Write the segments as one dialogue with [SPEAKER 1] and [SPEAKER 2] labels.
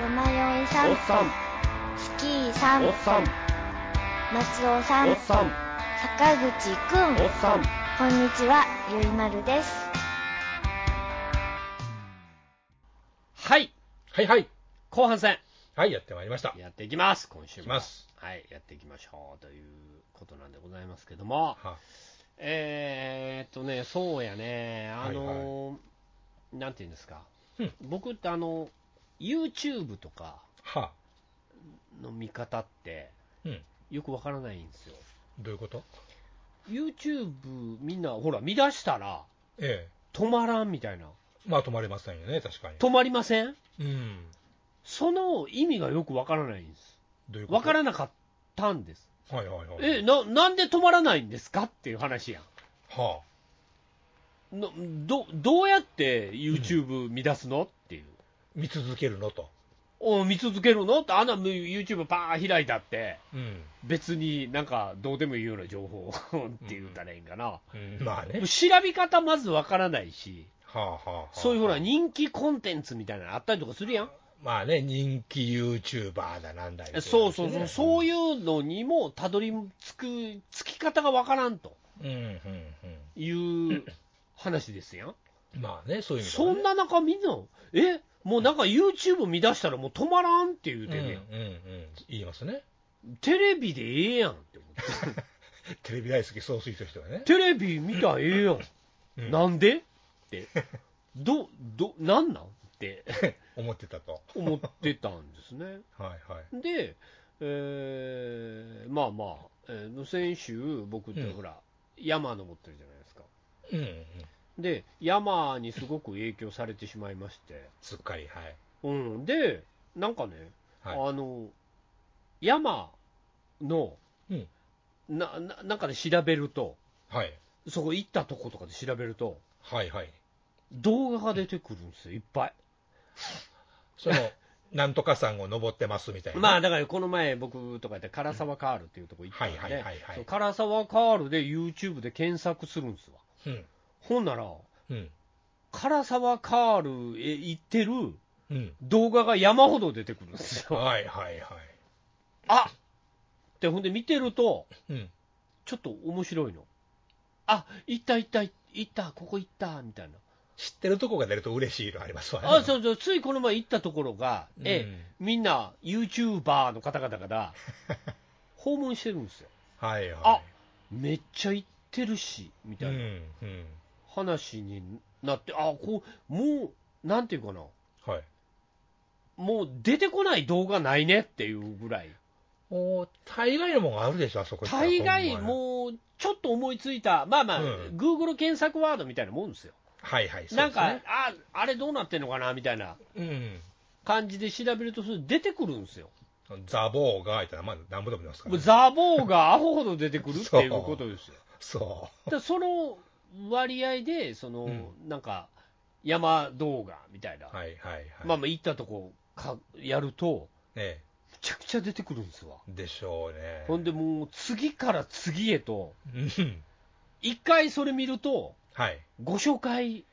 [SPEAKER 1] さん
[SPEAKER 2] さん
[SPEAKER 1] スキーさん
[SPEAKER 2] おっさん
[SPEAKER 1] 松尾さん
[SPEAKER 2] おっさん
[SPEAKER 1] 坂口くん
[SPEAKER 2] おっさん
[SPEAKER 1] こんにちはゆいまるです
[SPEAKER 3] はい
[SPEAKER 2] はいはい
[SPEAKER 3] 後半戦
[SPEAKER 2] はいやってまいりました
[SPEAKER 3] やっていきます今週
[SPEAKER 2] い
[SPEAKER 3] も
[SPEAKER 2] きます
[SPEAKER 3] はいやっていきましょうということなんでございますけども
[SPEAKER 2] は
[SPEAKER 3] えー、っとねそうやねあのーなんていうんですか、
[SPEAKER 2] うん
[SPEAKER 3] 僕ってあの YouTube とか
[SPEAKER 2] は
[SPEAKER 3] の見方って
[SPEAKER 2] うん
[SPEAKER 3] よくわからないんですよ
[SPEAKER 2] どういうこと
[SPEAKER 3] YouTube みんなほら見出したら
[SPEAKER 2] ええ
[SPEAKER 3] 止まらんみたいな
[SPEAKER 2] まあ止まれませんよね確かに
[SPEAKER 3] 止まりません
[SPEAKER 2] うん
[SPEAKER 3] その意味がよくわからないんです
[SPEAKER 2] どういうこと
[SPEAKER 3] わからなかったんです
[SPEAKER 2] はいはいはい
[SPEAKER 3] えななんで止まらないんですかっていう話やん
[SPEAKER 2] は
[SPEAKER 3] のどどうやって YouTube 見出すのっていう、
[SPEAKER 2] あ見続けるのと
[SPEAKER 3] お見続けるのってあんな YouTube パーン開いたって
[SPEAKER 2] うん、
[SPEAKER 3] 別になんかどうでもいいような情報 って言うたらいいんかな、
[SPEAKER 2] うん、まあね
[SPEAKER 3] 調べ方まずわからないし
[SPEAKER 2] はあはあ、はあ、
[SPEAKER 3] そういうほら人気コンテンツみたいなのあったりとかするやん、
[SPEAKER 2] まあね人気 YouTuber だなんだよ
[SPEAKER 3] そうそうそうそう
[SPEAKER 2] い
[SPEAKER 3] いうのにもたどり着くつき方がわからんと
[SPEAKER 2] うんうんうん
[SPEAKER 3] いう話ですやん
[SPEAKER 2] うんまあねそういう意味では
[SPEAKER 3] そ
[SPEAKER 2] ね
[SPEAKER 3] んな中みんな、えもうなんか YouTube 見出したらもう止まらんって言うてるやん、
[SPEAKER 2] うんうんうん、言いますね
[SPEAKER 3] テレビでええやんって思って、
[SPEAKER 2] テレビ大好き総帥としてはね、
[SPEAKER 3] テレビ見たらええやん、
[SPEAKER 2] うん
[SPEAKER 3] なんでって、ど、ど、なんなんって
[SPEAKER 2] 思ってたと
[SPEAKER 3] 思ってたんですね。
[SPEAKER 2] はいはい
[SPEAKER 3] で、えーまあまあ、えー先週、僕ってほら、山登ってるじゃないですか。
[SPEAKER 2] うんうん
[SPEAKER 3] で、山にすごく影響されてしまいまして、
[SPEAKER 2] すっかりはい
[SPEAKER 3] うん、で、なんかね、
[SPEAKER 2] はい
[SPEAKER 3] あの山の、
[SPEAKER 2] うん
[SPEAKER 3] なななんかで調べると、
[SPEAKER 2] はい
[SPEAKER 3] そこ行ったとことかで調べると、
[SPEAKER 2] はいはい
[SPEAKER 3] 動画が出てくるんですよ、いっぱい。
[SPEAKER 2] そのなんとか山を登ってますみたいな
[SPEAKER 3] まあ
[SPEAKER 2] あ
[SPEAKER 3] だからこの前、僕とかやって、唐沢カールっていうとこ行ったんで、
[SPEAKER 2] はいはいはいはい
[SPEAKER 3] そう唐沢カールで YouTube で検索するんですわ。
[SPEAKER 2] うん
[SPEAKER 3] ほんなら、
[SPEAKER 2] うん
[SPEAKER 3] 唐沢カールへ行ってる
[SPEAKER 2] うん
[SPEAKER 3] 動画が山ほど出てくるんですよ。
[SPEAKER 2] はいはいは
[SPEAKER 3] あって、ほんで見てると、
[SPEAKER 2] いうん
[SPEAKER 3] ちょっと面白いの。あ、行った行った行った、ここ行った、みたいな。
[SPEAKER 2] 知ってるとこが出ると嬉しいのありますわね
[SPEAKER 3] あ、そううそう、ついこの前行ったところが、
[SPEAKER 2] うん
[SPEAKER 3] ええ、みんな YouTuber の方々 から、訪問してるんですよ。
[SPEAKER 2] はいはい
[SPEAKER 3] あめっちゃ行ってるし、み
[SPEAKER 2] う
[SPEAKER 3] たいなん
[SPEAKER 2] うん
[SPEAKER 3] 話になって、あ、こう、もう、なんていうかな、
[SPEAKER 2] はい
[SPEAKER 3] もう出てこない動画ないねっていうぐらい。
[SPEAKER 2] おー大概のもんあるでしょあそこ行ったら
[SPEAKER 3] 大概
[SPEAKER 2] ほんまに
[SPEAKER 3] もう、ちょっと思いついた、まあまあ、
[SPEAKER 2] うん
[SPEAKER 3] Google 検索ワードみたいなもんですよ。
[SPEAKER 2] はいはいそう
[SPEAKER 3] な
[SPEAKER 2] で
[SPEAKER 3] ん
[SPEAKER 2] す
[SPEAKER 3] か、
[SPEAKER 2] ね
[SPEAKER 3] あ、あれどうなってんのかな、みたいな。感じで調べると、それ出てくるんですよ。
[SPEAKER 2] うんザボーがいたらまあなんぼでも出ますから
[SPEAKER 3] もう
[SPEAKER 2] ね
[SPEAKER 3] ザボーがアホほど出てくるっていうことですよ。
[SPEAKER 2] そ
[SPEAKER 3] だからその割合で、その、
[SPEAKER 2] うん
[SPEAKER 3] なんか、山動画みたいな、
[SPEAKER 2] うはいはいはい
[SPEAKER 3] まあまあ行ったとこかやると、
[SPEAKER 2] ね
[SPEAKER 3] めちゃくちゃ出てくるんですわ。
[SPEAKER 2] でしょうね
[SPEAKER 3] ほんでもう次から次へと、
[SPEAKER 2] うん
[SPEAKER 3] 一回それ見ると、
[SPEAKER 2] はい
[SPEAKER 3] ご紹介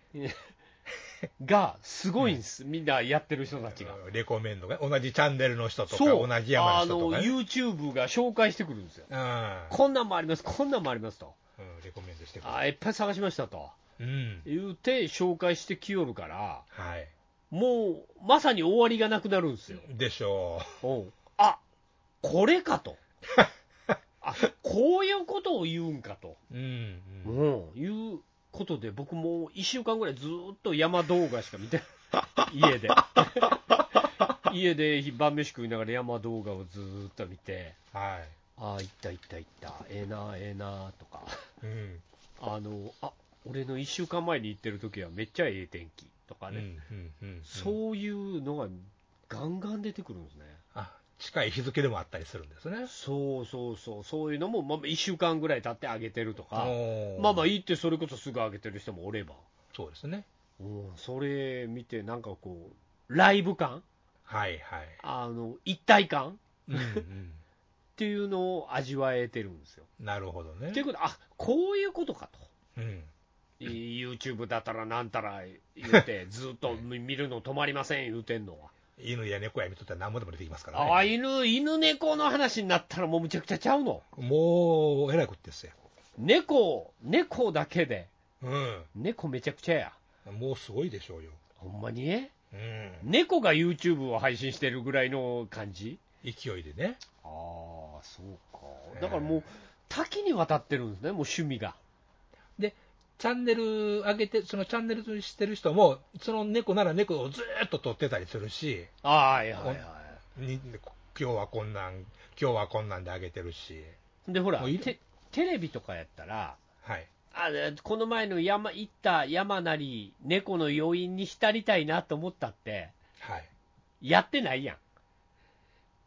[SPEAKER 3] がすごいんです、みんなやってる人たちが。
[SPEAKER 2] レコメンドが同じチャンネルの人とか
[SPEAKER 3] そう、
[SPEAKER 2] 同じ山の
[SPEAKER 3] あ
[SPEAKER 2] 人と
[SPEAKER 3] の
[SPEAKER 2] か、ね、
[SPEAKER 3] YouTube が紹介してくるんですよ。
[SPEAKER 2] あ
[SPEAKER 3] こんなんもあります、こんなんもありますと。
[SPEAKER 2] うん、レコメンドしてくれる
[SPEAKER 3] あーいっぱい探しましたと
[SPEAKER 2] うん
[SPEAKER 3] 言うて紹介してきよるから
[SPEAKER 2] はい
[SPEAKER 3] もうまさに終わりがなくなるんですよ、
[SPEAKER 2] でしょ
[SPEAKER 3] おうあこれかと あこういうことを言うんかと、
[SPEAKER 2] ううん、
[SPEAKER 3] う
[SPEAKER 2] うん
[SPEAKER 3] ん、いうことで僕も1週間ぐらいずーっと山動画しか見てない 家で家で晩飯食いながら山動画をずーっと見て
[SPEAKER 2] は
[SPEAKER 3] ああ行った行った行ったええなええなとか
[SPEAKER 2] い、うん
[SPEAKER 3] あのあ俺の1週間前に行ってる時はめっちゃええ天気とか
[SPEAKER 2] う
[SPEAKER 3] ね、
[SPEAKER 2] んうんうん、
[SPEAKER 3] そういうのがガンガン出てくるんですね、
[SPEAKER 2] あ近い日付でもあったりするんですね
[SPEAKER 3] そうそうそう、そういうのも、まあ、1週間ぐらい経ってあげてるとか、
[SPEAKER 2] おー
[SPEAKER 3] まあまあ、行ってそれこそすぐあげてる人もおれば、
[SPEAKER 2] そうですね
[SPEAKER 3] うんそれ見て、なんかこう、ライブ感、
[SPEAKER 2] はいはい、
[SPEAKER 3] あの一体感っ
[SPEAKER 2] うんうん、
[SPEAKER 3] ていうのを味わえてるんですよ。
[SPEAKER 2] なるほどね
[SPEAKER 3] ということであこういうことかと。
[SPEAKER 2] うん、
[SPEAKER 3] い YouTube だったらなんたら言うて、ずっと見るの止まりません言うてんのは。
[SPEAKER 2] 犬や猫や見とったら何もでも出てきますから
[SPEAKER 3] ああ、
[SPEAKER 2] ね。
[SPEAKER 3] 犬、犬猫の話になったらもうむちゃくちゃちゃうの。
[SPEAKER 2] もう、えらいこってっすよ。
[SPEAKER 3] 猫、猫だけで。
[SPEAKER 2] う
[SPEAKER 3] 猫めちゃくちゃや。
[SPEAKER 2] ん。もうすごいでしょうよ。
[SPEAKER 3] ほんまに
[SPEAKER 2] うん。
[SPEAKER 3] 猫が YouTube を配信してるぐらいの感じ
[SPEAKER 2] 勢いでね。
[SPEAKER 3] ああ、そうか。だからもう、多岐にわたってるんですね、もう趣味が。
[SPEAKER 2] チャンネル上げて、そのチャンネルしてる人も、その猫なら猫をずーっと撮ってたりするし、
[SPEAKER 3] ああ、はいはいは
[SPEAKER 2] に今日はこんなん、今日はこんなんで上げてるし、
[SPEAKER 3] い。で、ほら、
[SPEAKER 2] もうい
[SPEAKER 3] テテレビとかやったら、
[SPEAKER 2] はい。
[SPEAKER 3] あでこの前の山行った山なり、猫の余韻に浸りたいなと思ったって、
[SPEAKER 2] はい。
[SPEAKER 3] やってないやん。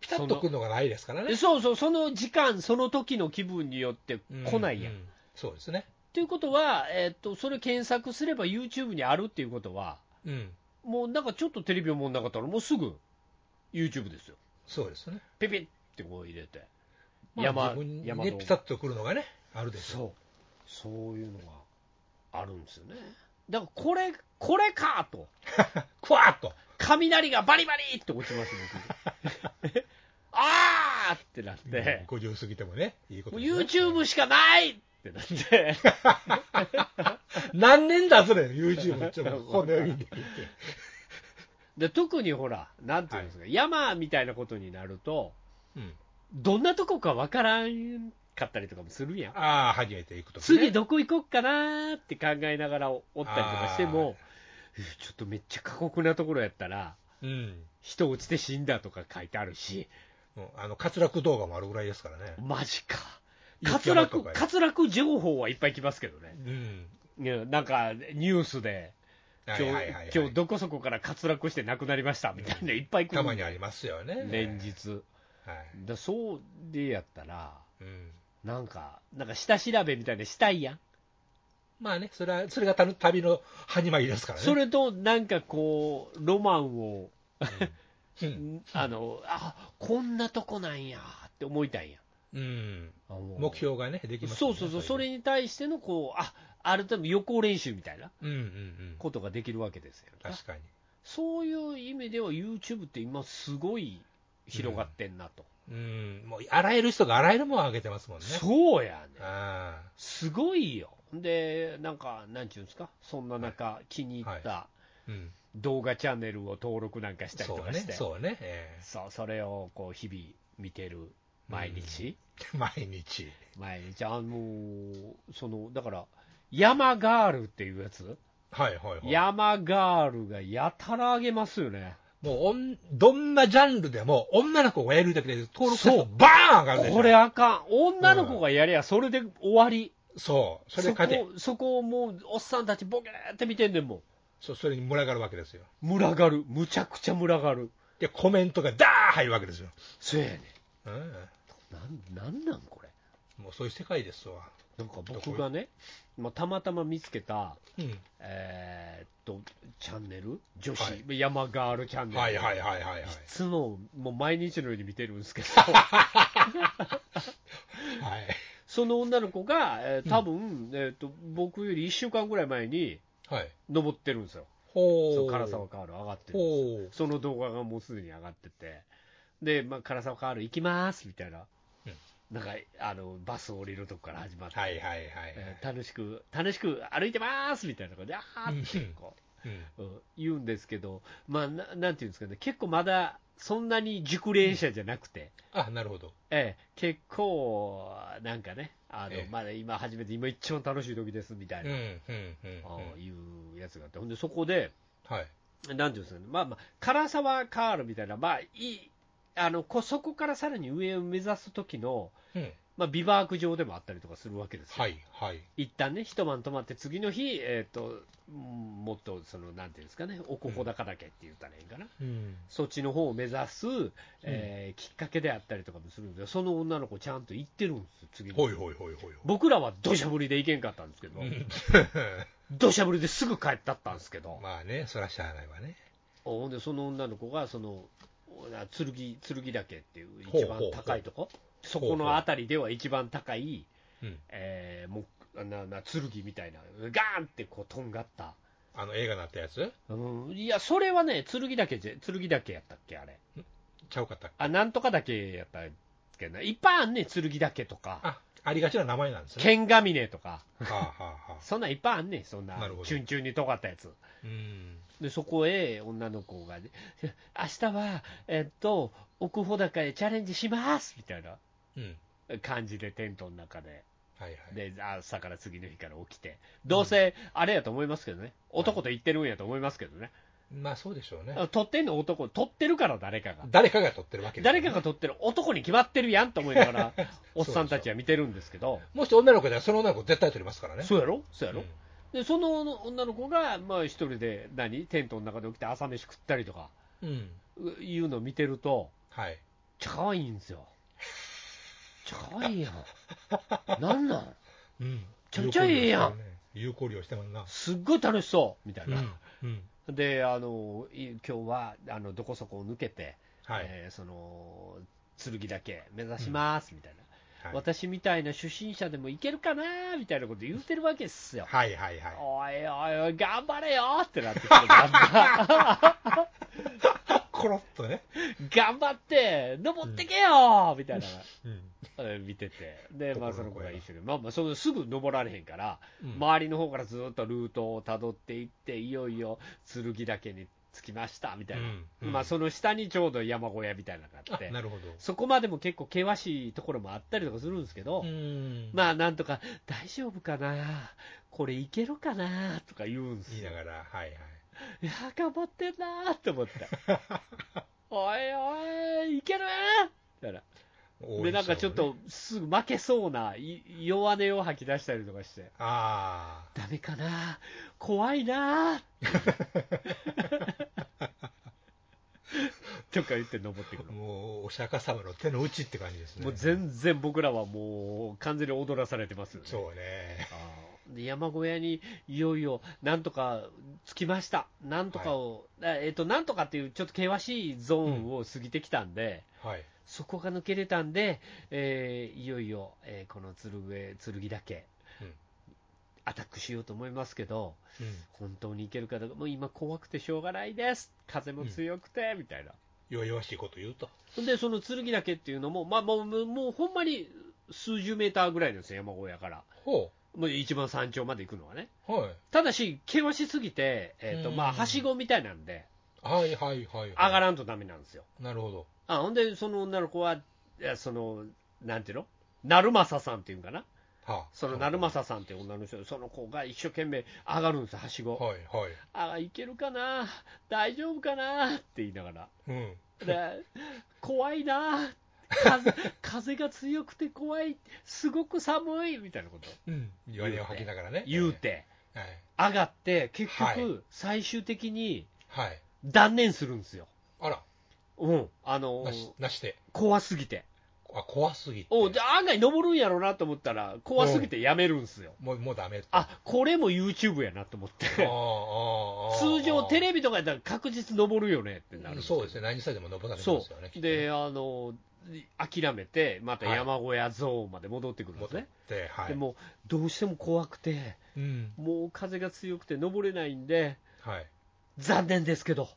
[SPEAKER 2] ピタッとくるのがないですからね。
[SPEAKER 3] そうそう、その時間、その時の気分によって
[SPEAKER 2] う
[SPEAKER 3] 来ないやん。
[SPEAKER 2] うそうですね。
[SPEAKER 3] ということは、えっと、それ検索すれば YouTube にあるっていうことは、
[SPEAKER 2] うん。
[SPEAKER 3] もうなんかちょっとテレビをもんなかったら、もうすぐ YouTube ですよ。
[SPEAKER 2] そうですね。
[SPEAKER 3] ピピってこう入れて。
[SPEAKER 2] まあ、
[SPEAKER 3] 山
[SPEAKER 2] 自分に
[SPEAKER 3] 山
[SPEAKER 2] ね
[SPEAKER 3] 道
[SPEAKER 2] ピタッとくるのがね、あるでしょ
[SPEAKER 3] そう。そういうのがあるんですよね。だからこれ、これかと。
[SPEAKER 2] う。くわーっと。
[SPEAKER 3] 雷がバリバリって落ち ます、僕あーってなって、
[SPEAKER 2] うん50過ぎてもね、いいこと
[SPEAKER 3] もう
[SPEAKER 2] ですね
[SPEAKER 3] YouTube しかないってなって、
[SPEAKER 2] 何年だそれ、YouTube。ちょっと このように。
[SPEAKER 3] で特にほら、なんていうんですか、山みたいなことになると、
[SPEAKER 2] うん。
[SPEAKER 3] どんなとこかわからんかったりとかもするやん。
[SPEAKER 2] ああ、初めて行くと、ね。
[SPEAKER 3] 次どこ行こっかなーって考えながらおおったりとかしても、うーちょっとめっちゃ過酷なところやったら、
[SPEAKER 2] うん。
[SPEAKER 3] 人落ちて死んだとか書いてあるし、
[SPEAKER 2] うんあの、滑落動画もあるぐらいですからね。
[SPEAKER 3] マジか。
[SPEAKER 2] 雪
[SPEAKER 3] 滑
[SPEAKER 2] 山と
[SPEAKER 3] 落、
[SPEAKER 2] かや
[SPEAKER 3] 滑落情報はいっぱい来ますけどね。
[SPEAKER 2] うん。
[SPEAKER 3] いやなんかニュースで、
[SPEAKER 2] は
[SPEAKER 3] 今
[SPEAKER 2] い
[SPEAKER 3] 日,、
[SPEAKER 2] はいはいはい。
[SPEAKER 3] 今日どこそこから滑落して亡くなりましたみたいな、いっぱい来る
[SPEAKER 2] たまにありますよね。
[SPEAKER 3] 連。日。
[SPEAKER 2] はい。
[SPEAKER 3] だそうでやったら、
[SPEAKER 2] うん。
[SPEAKER 3] なんか、なんか下調べみたいなのしたいやん。
[SPEAKER 2] まあね、それは、それがた旅の始まりですからね。
[SPEAKER 3] それと、なんかこう、ロマンを、
[SPEAKER 2] うん。
[SPEAKER 3] あの、あこんなとこなんやって思いたいやん。
[SPEAKER 2] うん。
[SPEAKER 3] あの
[SPEAKER 2] 目標がね、できます
[SPEAKER 3] そうそうそう、それ
[SPEAKER 2] に。
[SPEAKER 3] に対しての、こう、あある程度予行練習みたいな
[SPEAKER 2] うんうんうん。
[SPEAKER 3] ことができるわけですよ、ね。
[SPEAKER 2] 確かに。
[SPEAKER 3] そういう意味では、YouTube って今、すごい広がってんなと。
[SPEAKER 2] うん。もう、あらゆる人があらゆるものを上げてますもんね。
[SPEAKER 3] そうやね。
[SPEAKER 2] あ
[SPEAKER 3] すごいよ。で、なんか、なんちゅうんですか、そんな中、気に入った、
[SPEAKER 2] あ。うん。
[SPEAKER 3] 動画チャンネルを登録なんかしたりと
[SPEAKER 2] そう
[SPEAKER 3] か
[SPEAKER 2] ね
[SPEAKER 3] し。て、そう
[SPEAKER 2] そうね。え
[SPEAKER 3] それをこう日々見てる毎日、
[SPEAKER 2] え毎日。
[SPEAKER 3] 毎日、あのそのだから、山ガールっていうやつ、
[SPEAKER 2] はいはいはい。
[SPEAKER 3] 山ガールがやたらあげますよね、
[SPEAKER 2] もうおん、どんなジャンルでも、女の子がやるだけで登録者
[SPEAKER 3] そ
[SPEAKER 2] 数
[SPEAKER 3] う
[SPEAKER 2] バーン上がるでしょ。
[SPEAKER 3] これあかん、女の子がやりゃそれで終わり、
[SPEAKER 2] そう。それで
[SPEAKER 3] そ
[SPEAKER 2] 勝て。
[SPEAKER 3] こそこをもう、おっさんたち、ボケーって見てんねんもん。
[SPEAKER 2] そう、それに群がるわけですよ。
[SPEAKER 3] 群がる、むちゃくちゃ群がる、
[SPEAKER 2] で、コメントがダー入るわけですよ。
[SPEAKER 3] そうやね
[SPEAKER 2] うん。
[SPEAKER 3] ん、なんなんなんこれ、
[SPEAKER 2] もうそういう世界ですわ。
[SPEAKER 3] なんか僕がね、まあ、たまたま見つけた、
[SPEAKER 2] うん。
[SPEAKER 3] えーっと、チャンネル女子、
[SPEAKER 2] は
[SPEAKER 3] 山ガールチャンネル。
[SPEAKER 2] はいはい
[SPEAKER 3] い。
[SPEAKER 2] はいはいはい。
[SPEAKER 3] つも、もう毎日のように見てるんですけど、
[SPEAKER 2] はい。
[SPEAKER 3] その女の子が、えー多分、えーっと、僕より1週間ぐらい前に
[SPEAKER 2] はい。
[SPEAKER 3] 登ってるんですよ。
[SPEAKER 2] ほう。
[SPEAKER 3] そう、唐沢カール上がってるんですよ。
[SPEAKER 2] ほ
[SPEAKER 3] そ
[SPEAKER 2] う。
[SPEAKER 3] の動画がもうすでに上がってて、で、まあ、唐沢カール行きますみたいな、
[SPEAKER 2] うん
[SPEAKER 3] なんか、あの、バス降りるとこから始まって、
[SPEAKER 2] はいはいはい。
[SPEAKER 3] えー楽しく、楽しく歩いてますみたいな感じで、あーってこう。
[SPEAKER 2] うん。
[SPEAKER 3] うん言うんですけど、まあ、ななんていうんですかね、結構まだそんなに熟練者じゃなくて、
[SPEAKER 2] あ、なるほど。
[SPEAKER 3] ええ、結構、なんかね、あの
[SPEAKER 2] ええ
[SPEAKER 3] まだ今始めて、今一番楽しい時ですみたい
[SPEAKER 2] うん、
[SPEAKER 3] な、あ
[SPEAKER 2] うん、うんうん。
[SPEAKER 3] あいうやつがあって、ほんでそこで、
[SPEAKER 2] はい。
[SPEAKER 3] なんていうんですかね、まあまあ、唐沢カールみたいな、まあ、いいあのこそこからさらに上を目指す時の、
[SPEAKER 2] うん。
[SPEAKER 3] まあ、ビバーク場でもあったりとかするわけですよ。
[SPEAKER 2] はい、はい。
[SPEAKER 3] 一旦ね、一晩泊まって、次の日、えーと、うんもっとその、なんていうんですかね、おここだかだけって言ったらいいんかな、
[SPEAKER 2] うん。
[SPEAKER 3] そっちの方を目指す、えーきっかけであったりとかもするんで、その女の子、ちゃんと行ってるんですよ、次に
[SPEAKER 2] ほいほいほいほいほ
[SPEAKER 3] 僕らは土砂降りで行けんかったんですけど
[SPEAKER 2] い。う、ん
[SPEAKER 3] 土砂降りですぐ帰ったったんですけど、
[SPEAKER 2] まあね、そらしゃあないわね。
[SPEAKER 3] ほんで、その女の子が、その、剣剣岳っていう
[SPEAKER 2] ほう
[SPEAKER 3] 一番高いとこ、そこの辺りでは一番高い、
[SPEAKER 2] うん。
[SPEAKER 3] えーもうなな剣みたいな、ガーンってこうとんがった
[SPEAKER 2] あの映画になったやつ
[SPEAKER 3] うん、いや、それはね、剣だけじゃ、剣だけやったっけ、あれ。
[SPEAKER 2] ちゃうかったっけ
[SPEAKER 3] あ、なんとかだけやったっけな。いっぱいあんねん、剣だけとか、
[SPEAKER 2] あ、ありがちな名前なんですね。
[SPEAKER 3] 剣ヶ峰とか、
[SPEAKER 2] はあ、はあはあ、
[SPEAKER 3] そんなんいっぱいあんねん、そんな
[SPEAKER 2] なるほ、ど
[SPEAKER 3] チュンチュンに尖ったやつ。
[SPEAKER 2] うん。
[SPEAKER 3] で、そこへ女の子がね、 明日は、えっと、奥穂高へチャレンジしますみたいな
[SPEAKER 2] うん。
[SPEAKER 3] 感じで、テントの中で。
[SPEAKER 2] はいはい。
[SPEAKER 3] で、朝から次の日から起きて。どうせ、あれやと思いますけどね。男と言ってるんやと思いますけどね。
[SPEAKER 2] まあそうでしょうね。
[SPEAKER 3] 撮ってんの男、撮ってるから誰かが。
[SPEAKER 2] 誰かが撮ってるわ けですよ
[SPEAKER 3] 誰
[SPEAKER 2] ね
[SPEAKER 3] かが撮ってる男に決まってるやんと思いなが ら、おっさんたちは見てるんですけど、
[SPEAKER 2] もし女の子ではその女の子絶対撮りますからね。
[SPEAKER 3] そうやろそう
[SPEAKER 2] う
[SPEAKER 3] やろ、
[SPEAKER 2] ん
[SPEAKER 3] で、その女の子が、まあ一人で何、テントの中で起きて朝飯食ったりとか、
[SPEAKER 2] うん。
[SPEAKER 3] ういうのを見てると、
[SPEAKER 2] はい。
[SPEAKER 3] ちゃかわいいんですよ。ちゃかわいいやん。なんなん
[SPEAKER 2] うん。
[SPEAKER 3] ちょいちょいやん
[SPEAKER 2] 有効利用してもんな。
[SPEAKER 3] すっごい楽しそうみたいうな。
[SPEAKER 2] ん。うん。
[SPEAKER 3] で、あの、い今日は、あの、どこそこを抜けて、
[SPEAKER 2] はい。
[SPEAKER 3] えーその、剣だけ目指します、みたいな。
[SPEAKER 2] はい
[SPEAKER 3] 私みたいな初心者でもいけるかなみたいなこと言ってるわけっすよ。
[SPEAKER 2] はいはいはい。
[SPEAKER 3] おいおいおい、頑張れよってなってきて、だんだん
[SPEAKER 2] コロッとね。
[SPEAKER 3] 頑張って、登ってけよみ たいな、
[SPEAKER 2] うん。
[SPEAKER 3] えー見てて。で、まあそ
[SPEAKER 2] 男
[SPEAKER 3] の
[SPEAKER 2] の
[SPEAKER 3] 子
[SPEAKER 2] 子
[SPEAKER 3] が
[SPEAKER 2] や
[SPEAKER 3] 一緒に、まあまあ、そのすぐ登られへんから、
[SPEAKER 2] うん
[SPEAKER 3] 周りの方からずっとルートをたどっていって、いよいよ剣岳に着きました、みたいな。
[SPEAKER 2] うんうん
[SPEAKER 3] まあその下にちょうど山小屋みたいなのがあっ
[SPEAKER 2] あ
[SPEAKER 3] て、
[SPEAKER 2] なるほど。
[SPEAKER 3] そこまでも結構険しいところもあったりとかするんですけど、
[SPEAKER 2] ん
[SPEAKER 3] まあなんとか、大丈夫かな、これいけるかなとか言うんです
[SPEAKER 2] 言い
[SPEAKER 3] よ
[SPEAKER 2] な。がら、はいはい。
[SPEAKER 3] いや、頑張ってんなーって思って。 おいおい、いけるみたいな。
[SPEAKER 2] 応援
[SPEAKER 3] で、なん
[SPEAKER 2] しようね
[SPEAKER 3] かちょっ。とすぐ負けそうない弱音を吐き出したりとかして、
[SPEAKER 2] あ
[SPEAKER 3] ダメかな怖いなー とか言って登ってく
[SPEAKER 2] あ。
[SPEAKER 3] る。
[SPEAKER 2] もう、お釈迦様の手の内って感じですね。
[SPEAKER 3] もう全然僕らはもう完全に踊らされてますよね。
[SPEAKER 2] そうね。
[SPEAKER 3] あーで山小屋にいよいよなんとか着きました、なんとかを、あえっとなんとかっていうちょっと険しいゾーンを過ぎてきたんで、
[SPEAKER 2] はい。
[SPEAKER 3] そこが抜けれたんで、えーいよいよ、えーこの鶴上剣だけ、
[SPEAKER 2] うん
[SPEAKER 3] アタックしようと思いますけど、
[SPEAKER 2] うん。
[SPEAKER 3] 本当にいけるかどうか、もう今、怖くてしょうがないです、風も強くて、みたいな。
[SPEAKER 2] 弱々しいこと言うと。
[SPEAKER 3] で、その剣だけっていうのも、まあ、もう、もうもうほんまに数十メーターぐらいなんですよ、山小屋から。
[SPEAKER 2] ほ
[SPEAKER 3] もう一番山頂まで行くのはね。
[SPEAKER 2] う。はい。
[SPEAKER 3] ただし、険しすぎて、えーと
[SPEAKER 2] うん
[SPEAKER 3] まあ、はしごみたいなんで、
[SPEAKER 2] はいはいはい。
[SPEAKER 3] 上が
[SPEAKER 2] ら
[SPEAKER 3] らんとダメなんですよ。
[SPEAKER 2] なるほど。
[SPEAKER 3] あほんで、その女の子は、いやそのなんていうの、成政さんっていうんかな、
[SPEAKER 2] はあ。
[SPEAKER 3] その成政さんっていう女の人、その子が一生懸命上がるんですよ、はしご。
[SPEAKER 2] はいはい。
[SPEAKER 3] ああ、いけるかな、大丈夫かなって言いながら、
[SPEAKER 2] うん。
[SPEAKER 3] で怖いな、風風が強くて怖い、すごく寒いみたいなこと
[SPEAKER 2] うん。弱音を吐きながらね。
[SPEAKER 3] 言う。て、
[SPEAKER 2] はい。
[SPEAKER 3] 上がって、結
[SPEAKER 2] は
[SPEAKER 3] 局
[SPEAKER 2] い、
[SPEAKER 3] 最終的に
[SPEAKER 2] はい。
[SPEAKER 3] 断念するんですよ。
[SPEAKER 2] あら、
[SPEAKER 3] うん、あの
[SPEAKER 2] なし、なして。
[SPEAKER 3] 怖すぎて、
[SPEAKER 2] あ、怖すぎて。
[SPEAKER 3] おで案外登るんやろうなと思ったら、怖すぎてやめるんすよ、
[SPEAKER 2] もう、もうダメ。
[SPEAKER 3] あこれも YouTube やなと思って、 通常、テ
[SPEAKER 2] ビ
[SPEAKER 3] レビとかやったら確実登るよねってなる、
[SPEAKER 2] そうですね。何歳でも登られま
[SPEAKER 3] そ
[SPEAKER 2] すよね。き
[SPEAKER 3] う
[SPEAKER 2] っとね
[SPEAKER 3] で、あの諦めて、また山小屋ゾーンまで戻ってくるんです
[SPEAKER 2] 戻っ
[SPEAKER 3] ね、
[SPEAKER 2] て、はい。
[SPEAKER 3] でもどうしても怖くて、
[SPEAKER 2] うん。
[SPEAKER 3] もう風が強くて登れないんで、
[SPEAKER 2] はい。
[SPEAKER 3] 残念ですけど、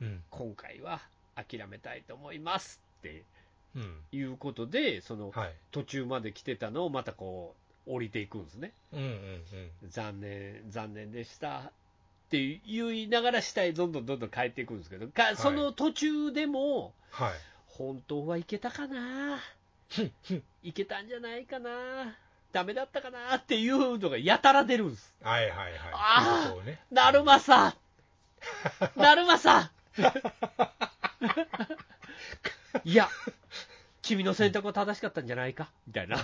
[SPEAKER 2] うん。
[SPEAKER 3] 今回は諦めたいと思いますって
[SPEAKER 2] うん。
[SPEAKER 3] いうことで、その
[SPEAKER 2] はい。
[SPEAKER 3] 途中まで来てたのをまたこう降りていくんですね
[SPEAKER 2] うんうんうん。
[SPEAKER 3] 残念残念でしたって言いながら下へどんどんどんどん帰っていくんですけどか
[SPEAKER 2] い
[SPEAKER 3] その途中でも、
[SPEAKER 2] はい。
[SPEAKER 3] 本当はいけたかな行けたんじゃないかなダメだったかなっていうのがやたら出るんです
[SPEAKER 2] はいはいはい。
[SPEAKER 3] あー
[SPEAKER 2] そうね。
[SPEAKER 3] なるまさんなるまさんいや君の選択は正しかったんじゃないかみたいな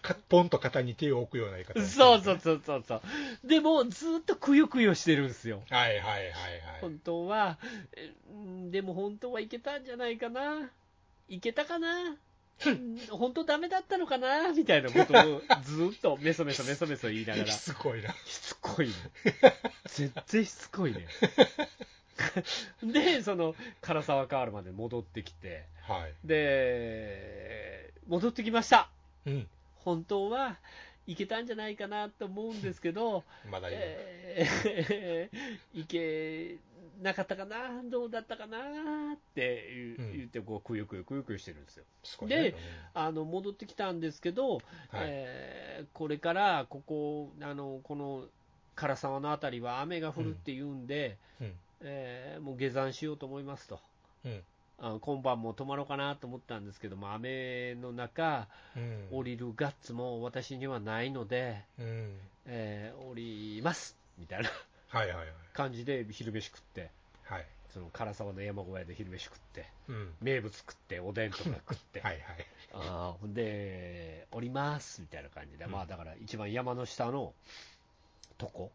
[SPEAKER 2] かポンと肩に手を置くような言い方。
[SPEAKER 3] そうそうそうそうそう。でも、ずっとくよくよしてるんですよ。
[SPEAKER 2] はいはいはいはい。
[SPEAKER 3] 本当は、えうんでも本当はいけたんじゃないかな。いけたか な。うん本当ダメだったのかなみたいなことをずっとメソメソメソメソ言いながら。
[SPEAKER 2] し
[SPEAKER 3] し
[SPEAKER 2] つこいな。
[SPEAKER 3] つこいね。絶対しつこいね。で、その、唐沢カールまで戻ってきて、
[SPEAKER 2] はい。
[SPEAKER 3] で、戻ってきました。
[SPEAKER 2] うん。
[SPEAKER 3] 本当はいけたんじゃないかなと思うんですけど、
[SPEAKER 2] まだいい、
[SPEAKER 3] えーいけなかったかな、どうだったかなって言う
[SPEAKER 2] うん
[SPEAKER 3] 言ってこう、くよくよくよくよしてるんですよ。
[SPEAKER 2] すごいね
[SPEAKER 3] であの戻ってきたんですけど、えーこれからここ、あのこの唐沢のあたりは雨が降るっていうんで、
[SPEAKER 2] うんうん
[SPEAKER 3] えーもう下山しようと思いますと、
[SPEAKER 2] うん
[SPEAKER 3] あ今晩も泊まろうかなと思ったんですけども、雨の中、
[SPEAKER 2] うん
[SPEAKER 3] 降りるガッツも私にはないので、
[SPEAKER 2] うん、
[SPEAKER 3] えー降りますみたいな
[SPEAKER 2] はいはいはい
[SPEAKER 3] 感じで昼飯食って、
[SPEAKER 2] はい、
[SPEAKER 3] その唐沢の山小屋で昼飯食って、
[SPEAKER 2] うん、
[SPEAKER 3] 名物食って、おでんとか 食って。
[SPEAKER 2] はいはい
[SPEAKER 3] あーほんで、おりますみたいな感じで、
[SPEAKER 2] うん
[SPEAKER 3] まあだから一番山の下のとこ、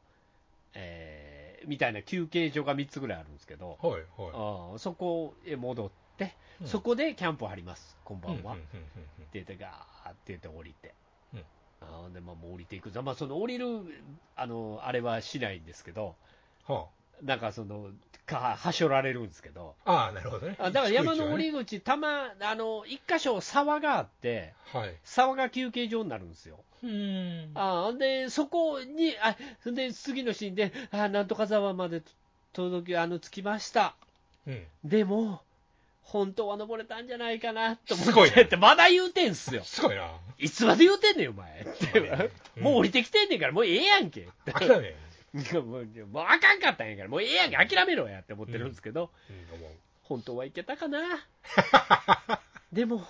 [SPEAKER 3] えーみたいな休憩所が3つぐらいあるんですけど、
[SPEAKER 2] はいは
[SPEAKER 3] あーそこへ戻って、
[SPEAKER 2] い
[SPEAKER 3] そこでキャンプを張ります、こんば
[SPEAKER 2] うん
[SPEAKER 3] んは。
[SPEAKER 2] うんうん
[SPEAKER 3] って言
[SPEAKER 2] う
[SPEAKER 3] って、ガーって言って降りて。
[SPEAKER 2] うん
[SPEAKER 3] あーほんでまあ、もう降りていくぞ、まあ、その降りるあのあれはしないんですけど、
[SPEAKER 2] んは
[SPEAKER 3] なんかその、かはしょられるんですけど、
[SPEAKER 2] あああなるほどね
[SPEAKER 3] あだから山
[SPEAKER 2] 逐一
[SPEAKER 3] の
[SPEAKER 2] は
[SPEAKER 3] 降
[SPEAKER 2] ね
[SPEAKER 3] り口、たま、あの一箇所、沢があって、
[SPEAKER 2] はい
[SPEAKER 3] 沢が休憩所になるんですよ。
[SPEAKER 2] うん
[SPEAKER 3] あーで、そこに、あそんで次のシーンで、あーなんとか沢までと届き、あの、着きました。
[SPEAKER 2] うん
[SPEAKER 3] でも、本当は登れたんじゃないかなと思って、
[SPEAKER 2] すごいな
[SPEAKER 3] ってまだ言うてんすよ。
[SPEAKER 2] すごいな
[SPEAKER 3] はいつまで言うてんねん、お前。
[SPEAKER 2] う ん
[SPEAKER 3] もう降りてきてんねんから、もうええやんけ。
[SPEAKER 2] あれだね
[SPEAKER 3] いやもうもうあかんかったんやから、もうええやんけ、諦めろやって思ってるんですけど、
[SPEAKER 2] うん思う
[SPEAKER 3] 本当はいけた かなでも、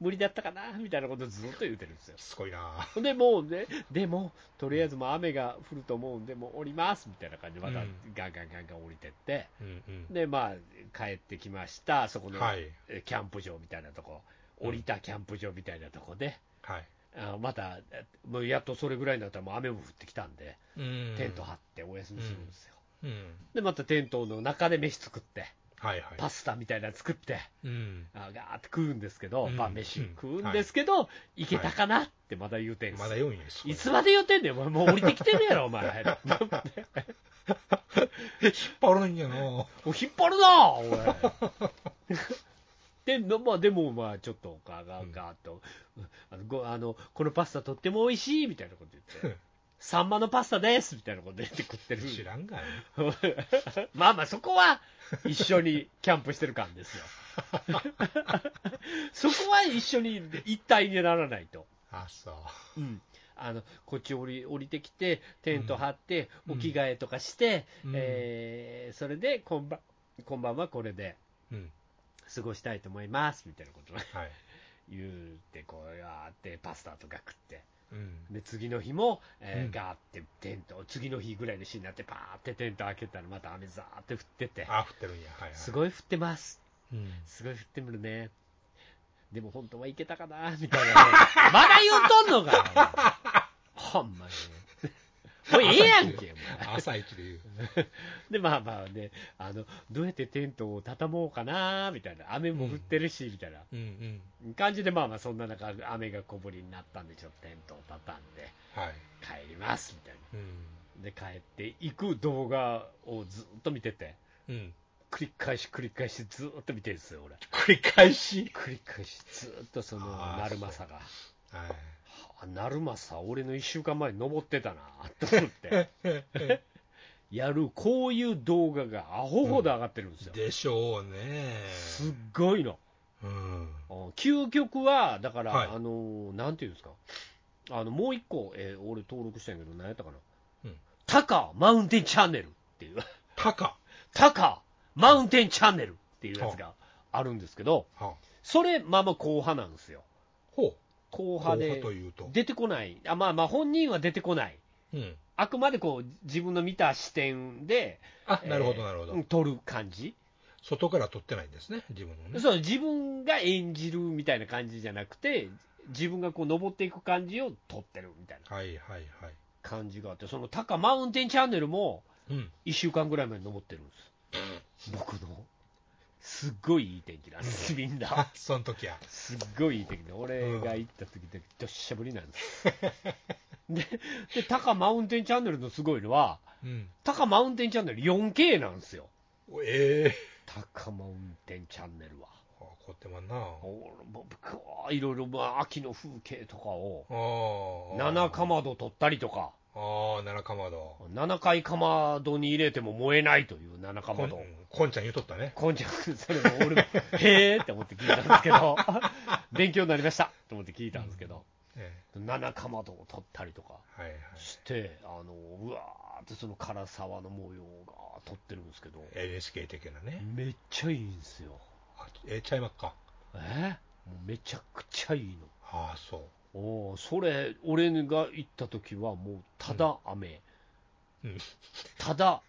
[SPEAKER 3] 無理だったかなみたいなことずっと言うてるんですよ。
[SPEAKER 2] すごいな
[SPEAKER 3] ほんで、もうね、でも、とりあえずもう雨が降ると思うんで、もう降りますみたいな感じで、また
[SPEAKER 2] うん
[SPEAKER 3] ガンガンガンガン降りてって、
[SPEAKER 2] うんうん
[SPEAKER 3] で、まあ、帰ってきました、そこの、
[SPEAKER 2] はい
[SPEAKER 3] えキャンプ場みたいなとこ、降りたキャンプ場みたいなとこで、
[SPEAKER 2] はい
[SPEAKER 3] あまた、えもうやっとそれぐらいになったら、もう雨も降ってきたんで、
[SPEAKER 2] うん
[SPEAKER 3] テント張ってお休みするんですよ。
[SPEAKER 2] うん
[SPEAKER 3] で、またテントの中で飯作って、
[SPEAKER 2] はいはい
[SPEAKER 3] パスタみたいなの作って、
[SPEAKER 2] うん
[SPEAKER 3] あガーって食うんですけど、
[SPEAKER 2] うん
[SPEAKER 3] まあ飯食うんですけど、いけたかなってまだ言うてんす
[SPEAKER 2] まだ4位です
[SPEAKER 3] いつまで言うてんねん、お前もう降りてきてんねやろ、お 前。
[SPEAKER 2] 引っ張らないんやな
[SPEAKER 3] もう引っ張るな、おい。で、のまあ、でも、まあ、ちょっとガーガーガーっと、あのごあの、このパスタとっても美味しいみたいなこと言 って、サンマのパスタですみたいなこと言って食ってる。
[SPEAKER 2] 知らんがな
[SPEAKER 3] まあまあ、そこは一緒にキャンプしてる感ですよ。 そこは一緒に一体にならないと。
[SPEAKER 2] あそう
[SPEAKER 3] うん、あのこっち降り降りてきて、テント張って、
[SPEAKER 2] う
[SPEAKER 3] お
[SPEAKER 2] ん
[SPEAKER 3] 着替えとかして、
[SPEAKER 2] うん
[SPEAKER 3] えーそれでこんばん、こんばんはこれで
[SPEAKER 2] うん
[SPEAKER 3] 過ごしたいと思いますみたいなことを
[SPEAKER 2] はい
[SPEAKER 3] 言って、こうやってパスタとか食って、
[SPEAKER 2] うん
[SPEAKER 3] で次の日も、えー
[SPEAKER 2] うん
[SPEAKER 3] ガーってテント、次の日ぐらいのシーンになって、パーってテント開けたら、また雨ザーって降ってて、
[SPEAKER 2] あ降ってるんやはいはい
[SPEAKER 3] すごい降ってます、
[SPEAKER 2] うん
[SPEAKER 3] すごい降ってるね。でも本当はいけたかなみたいなね。 まだ言うとんのかよほんまに。もうええやんけ、もう
[SPEAKER 2] 朝一で言う
[SPEAKER 3] で、まあまあね、あの、どうやってテントを畳もうかなみたいな。雨も降ってるし、みたいな
[SPEAKER 2] うんうん
[SPEAKER 3] 感じで、まあまあ、そんな中、雨が小降りになったんで、ちょっとテントを畳んで、
[SPEAKER 2] はい
[SPEAKER 3] 帰ります、みたいな。
[SPEAKER 2] うん
[SPEAKER 3] で、帰っていく動画をずっと見てて、
[SPEAKER 2] うん
[SPEAKER 3] 繰り返し繰り返しずっと見てるんですよ、俺。
[SPEAKER 2] 繰り返し
[SPEAKER 3] 繰り返しずっとその、
[SPEAKER 2] あー
[SPEAKER 3] なるまさが。
[SPEAKER 2] はい
[SPEAKER 3] あなるまさ、俺の1週間前に登ってたなと思って、 やるこういう動画がアホほど上がってるんですよ、
[SPEAKER 2] でしょうね
[SPEAKER 3] すっごいの、
[SPEAKER 2] うん
[SPEAKER 3] あ究極は、だから、
[SPEAKER 2] はい
[SPEAKER 3] あのなんていうんですか、あのもう一個、えー俺、登録したんやけど、何やったかな、
[SPEAKER 2] うん
[SPEAKER 3] タカマウンテンチャンネルっていう、
[SPEAKER 2] タカ
[SPEAKER 3] タカマウンテンチャンネルっていうやつがあるんですけど、
[SPEAKER 2] は
[SPEAKER 3] それ、まあまあ、後派なんですよ、
[SPEAKER 2] ほ
[SPEAKER 3] 後
[SPEAKER 2] う
[SPEAKER 3] 派
[SPEAKER 2] 候補
[SPEAKER 3] で
[SPEAKER 2] というと
[SPEAKER 3] 出てこない、あまあまあ、本人は出てこない。
[SPEAKER 2] うん
[SPEAKER 3] あくまでこう自分の見た視点で、
[SPEAKER 2] あなるほ
[SPEAKER 3] え
[SPEAKER 2] ど
[SPEAKER 3] ー
[SPEAKER 2] なるほ
[SPEAKER 3] うん
[SPEAKER 2] ど
[SPEAKER 3] 撮る感じ、
[SPEAKER 2] 外から撮ってないんですね自分のね
[SPEAKER 3] そう自分が演じるみたいな感じじゃなくて、自分がこう登っていく感じを撮ってるみたいな
[SPEAKER 2] はいはいはい
[SPEAKER 3] 感じがあって、そのタカマウンテンチャンネルも
[SPEAKER 2] うん
[SPEAKER 3] 1週間ぐらい前に登ってるんです、僕の、すっごいいい天気なんです、みんな
[SPEAKER 2] あ、その時や
[SPEAKER 3] すっごいいい天気で、俺が行った時で、どっしゃぶりなん です。でで、タカマウンテンチャンネルのすごいのは、
[SPEAKER 2] うん
[SPEAKER 3] タカマウンテンチャンネル 4K なんですよ。
[SPEAKER 2] ええ
[SPEAKER 3] タカマウンテンチャンネルは。
[SPEAKER 2] あこ凝ってまんな。あ
[SPEAKER 3] 俺も僕はいろいろまあ秋の風景とかを
[SPEAKER 2] あ。
[SPEAKER 3] 七か。まど取ったりとか
[SPEAKER 2] ああ、七かまど。
[SPEAKER 3] 七回かまどに入れても燃えないという七か
[SPEAKER 2] こ
[SPEAKER 3] ま
[SPEAKER 2] ん
[SPEAKER 3] ど
[SPEAKER 2] こんちゃん言うとったね。
[SPEAKER 3] こんちゃんそれも俺もへえって思って聞いたんですけど勉強になりましたと思って聞いたんですけど
[SPEAKER 2] え
[SPEAKER 3] 七かまどを取ったりとか
[SPEAKER 2] えはいはい。
[SPEAKER 3] してあのうわーってその唐沢の模様が取ってるんですけど
[SPEAKER 2] NHK 的なね。
[SPEAKER 3] めっちゃいいんですよ
[SPEAKER 2] あええちゃいまっか。
[SPEAKER 3] えもうめちゃくちゃいいの
[SPEAKER 2] ああ、そう。
[SPEAKER 3] おーそれ俺が行った時はもうただ雨、
[SPEAKER 2] うん
[SPEAKER 3] ただ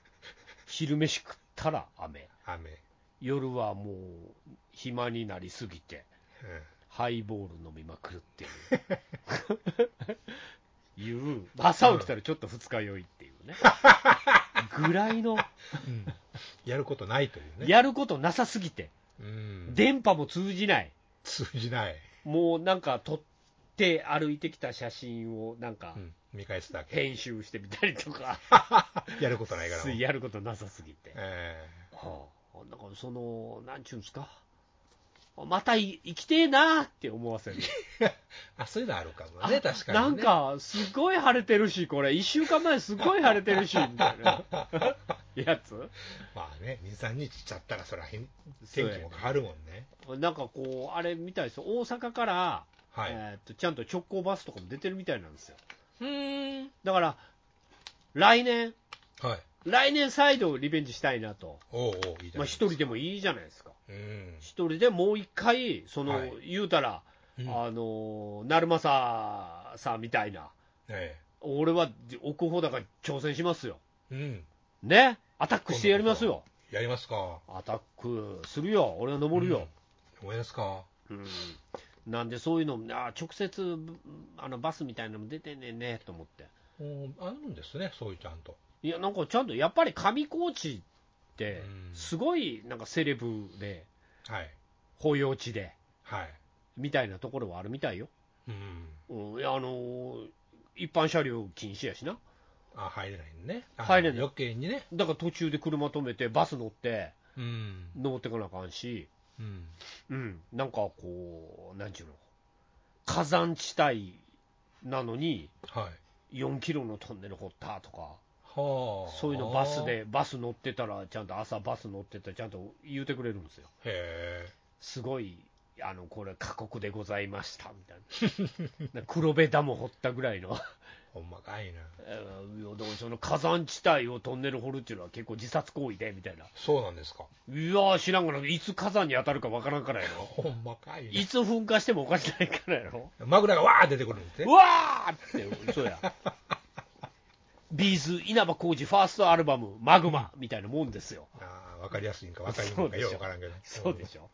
[SPEAKER 3] 昼飯食ったら雨
[SPEAKER 2] 雨。
[SPEAKER 3] 夜はもう暇になりすぎてハイボール飲みまくるっていう いう朝起きたらちょっと二日酔いっていうねぐらいの
[SPEAKER 2] うんうん。やることないというね。
[SPEAKER 3] やることなさすぎて
[SPEAKER 2] うん。
[SPEAKER 3] 電波も通じない
[SPEAKER 2] 通じない。
[SPEAKER 3] もうなんか撮って歩いてきた写真をなんか
[SPEAKER 2] うん。見返すだけ。
[SPEAKER 3] 編集してみたりとか
[SPEAKER 2] やることないからもう。
[SPEAKER 3] やることなさ すぎて、
[SPEAKER 2] え
[SPEAKER 3] はあ、だからその、なんちゅうんですか、またい生きてえなって思わせる、
[SPEAKER 2] えあ、そういうのあるかもね、
[SPEAKER 3] あ
[SPEAKER 2] 確かに、ね。
[SPEAKER 3] なんか、すごい晴れてるし、これ、1週間前、すごい晴れてるし、みたいなやつ、
[SPEAKER 2] まあね、2、3日ちゃったら、そら変、天気も変わるもんね。
[SPEAKER 3] なんかこう、あれみたいですよ、大阪から、
[SPEAKER 2] はい。
[SPEAKER 3] えーっとちゃんと直行バスとかも出てるみたいなんですよ。
[SPEAKER 2] うん。
[SPEAKER 3] だから来年
[SPEAKER 2] はい。
[SPEAKER 3] 来年再度リベンジしたいなと、
[SPEAKER 2] おうおう、いいじ
[SPEAKER 3] ま
[SPEAKER 2] ゃな
[SPEAKER 3] あ、一
[SPEAKER 2] い
[SPEAKER 3] 人でもいいじゃないですか、
[SPEAKER 2] うん。
[SPEAKER 3] 一人でもう一回、その、
[SPEAKER 2] はい
[SPEAKER 3] 言うたら、
[SPEAKER 2] うん
[SPEAKER 3] あの成政さんみたいな、
[SPEAKER 2] え
[SPEAKER 3] 俺は奥穂高に挑戦しますよ、
[SPEAKER 2] え。うん。
[SPEAKER 3] ね、アタックしてやりますよ、
[SPEAKER 2] やりますか。
[SPEAKER 3] アタックするよ、俺は登るよ、
[SPEAKER 2] 思い出すか。
[SPEAKER 3] うんなんでそういうの、あ直接あのバスみたいなのも出てんねんねと思って、
[SPEAKER 2] うん、あるんですね、そういうちゃんと。
[SPEAKER 3] いや、なんかちゃんとやっぱり上高地って
[SPEAKER 2] う、ん
[SPEAKER 3] すごいなんかセレブで、
[SPEAKER 2] はい。
[SPEAKER 3] 保養地で
[SPEAKER 2] はい。
[SPEAKER 3] みたいなところはあるみたいよ、
[SPEAKER 2] うん。
[SPEAKER 3] うん、いやあの一般車両禁止やしな。
[SPEAKER 2] あ、入れないね。あ
[SPEAKER 3] 入れない
[SPEAKER 2] 余計にね。
[SPEAKER 3] だから途中で車止めて、バス乗って、
[SPEAKER 2] うん。
[SPEAKER 3] 登ってかなあかんし、
[SPEAKER 2] うん。
[SPEAKER 3] うん、なんかこう、なんちゅうの、火山地帯なのに、
[SPEAKER 2] はい。
[SPEAKER 3] 4キロのトンネル掘ったとか、
[SPEAKER 2] はあ。
[SPEAKER 3] そういうのバス。で、バス乗ってたら、ちゃんと朝、バス乗ってたら、ちゃんと言うてくれるんですよ、
[SPEAKER 2] へ
[SPEAKER 3] すごい、あのこれ、過酷でございましたみたいな、な黒部ダム掘ったぐらいの、
[SPEAKER 2] え。ほんまかいな。
[SPEAKER 3] えーいやだからその火山地帯をトンネル掘るっていうのは、結構自殺行為でみたいな、
[SPEAKER 2] そうなんですか。
[SPEAKER 3] いやー、知らんがな、いつ火山に当たるかわからんからやろ。
[SPEAKER 2] ほんまかい
[SPEAKER 3] いつ噴火してもおかしないからやろ。
[SPEAKER 2] な。マグナがわー出てくるんです
[SPEAKER 3] う
[SPEAKER 2] ね。
[SPEAKER 3] わーって、そうや。ビーズ稲葉浩二ファーストアルバム、マグマみたいなもんですよ。
[SPEAKER 2] ああ、わかりやすいんか、わかりにくいんか、ようわからんけど。
[SPEAKER 3] そうでしょ。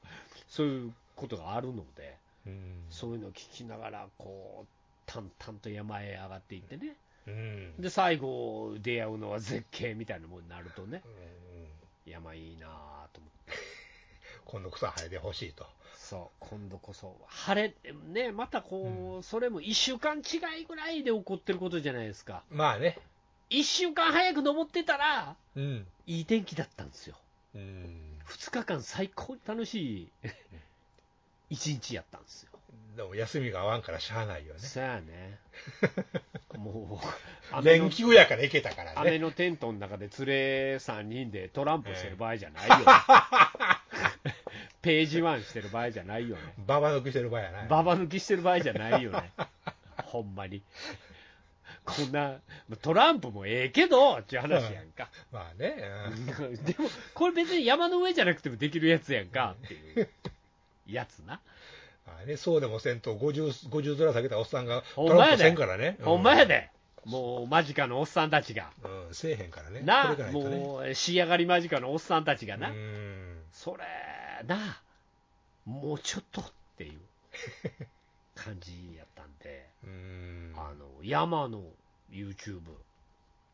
[SPEAKER 3] そういうことがあるので、
[SPEAKER 2] うん。
[SPEAKER 3] そういうのを聞きながら、こう、淡々と山へ上がっていってね。
[SPEAKER 2] うん。
[SPEAKER 3] で、最後、出会うのは絶景みたいなものになるとね、
[SPEAKER 2] うん
[SPEAKER 3] 山いいなあと思って。
[SPEAKER 2] 今度草生えてほしいと。
[SPEAKER 3] そう、今度こそ、晴れ、ね、またこう、それも1週間違いぐらいで起こってることじゃないですか。
[SPEAKER 2] まあね。
[SPEAKER 3] 1週間早く登ってたら、
[SPEAKER 2] うん。
[SPEAKER 3] いい天気だったんですよ。
[SPEAKER 2] うん。
[SPEAKER 3] 2日間最高に楽しい一日やったんですよ。
[SPEAKER 2] でも休みが合わんからしゃあないよね。
[SPEAKER 3] そやね。 もう、雨
[SPEAKER 2] 連
[SPEAKER 3] の
[SPEAKER 2] 休やから行けたから
[SPEAKER 3] 雨
[SPEAKER 2] ね。
[SPEAKER 3] のテントの中で連れ3人でトランプしてる場合じゃないよ。 ページワンしてる場合じゃないよね。
[SPEAKER 2] ババ抜きしてる場合やない。
[SPEAKER 3] ババ抜きしてる場合じゃないよ ね。ほんまに。こんな、トランプもええけど、っていう話やんか。
[SPEAKER 2] まあね。うん
[SPEAKER 3] でも、これ別に山の上じゃなくてもできるやつやんかっていうやつな。
[SPEAKER 2] まあね、そうでもせんと50、50ずら下げたおっさんが
[SPEAKER 3] ほ
[SPEAKER 2] ト
[SPEAKER 3] んま
[SPEAKER 2] ラ
[SPEAKER 3] や
[SPEAKER 2] ンプ
[SPEAKER 3] で
[SPEAKER 2] せんからね。うん
[SPEAKER 3] ほんまや。で、もう間近のおっさんたちが、
[SPEAKER 2] うん、せえへんからね。
[SPEAKER 3] な
[SPEAKER 2] これがいとね
[SPEAKER 3] もう仕上がり間近のおっさんたちがな、
[SPEAKER 2] うん。
[SPEAKER 3] それ、なもうちょっとっていう感じやったんで、
[SPEAKER 2] うん。
[SPEAKER 3] あの山の YouTube、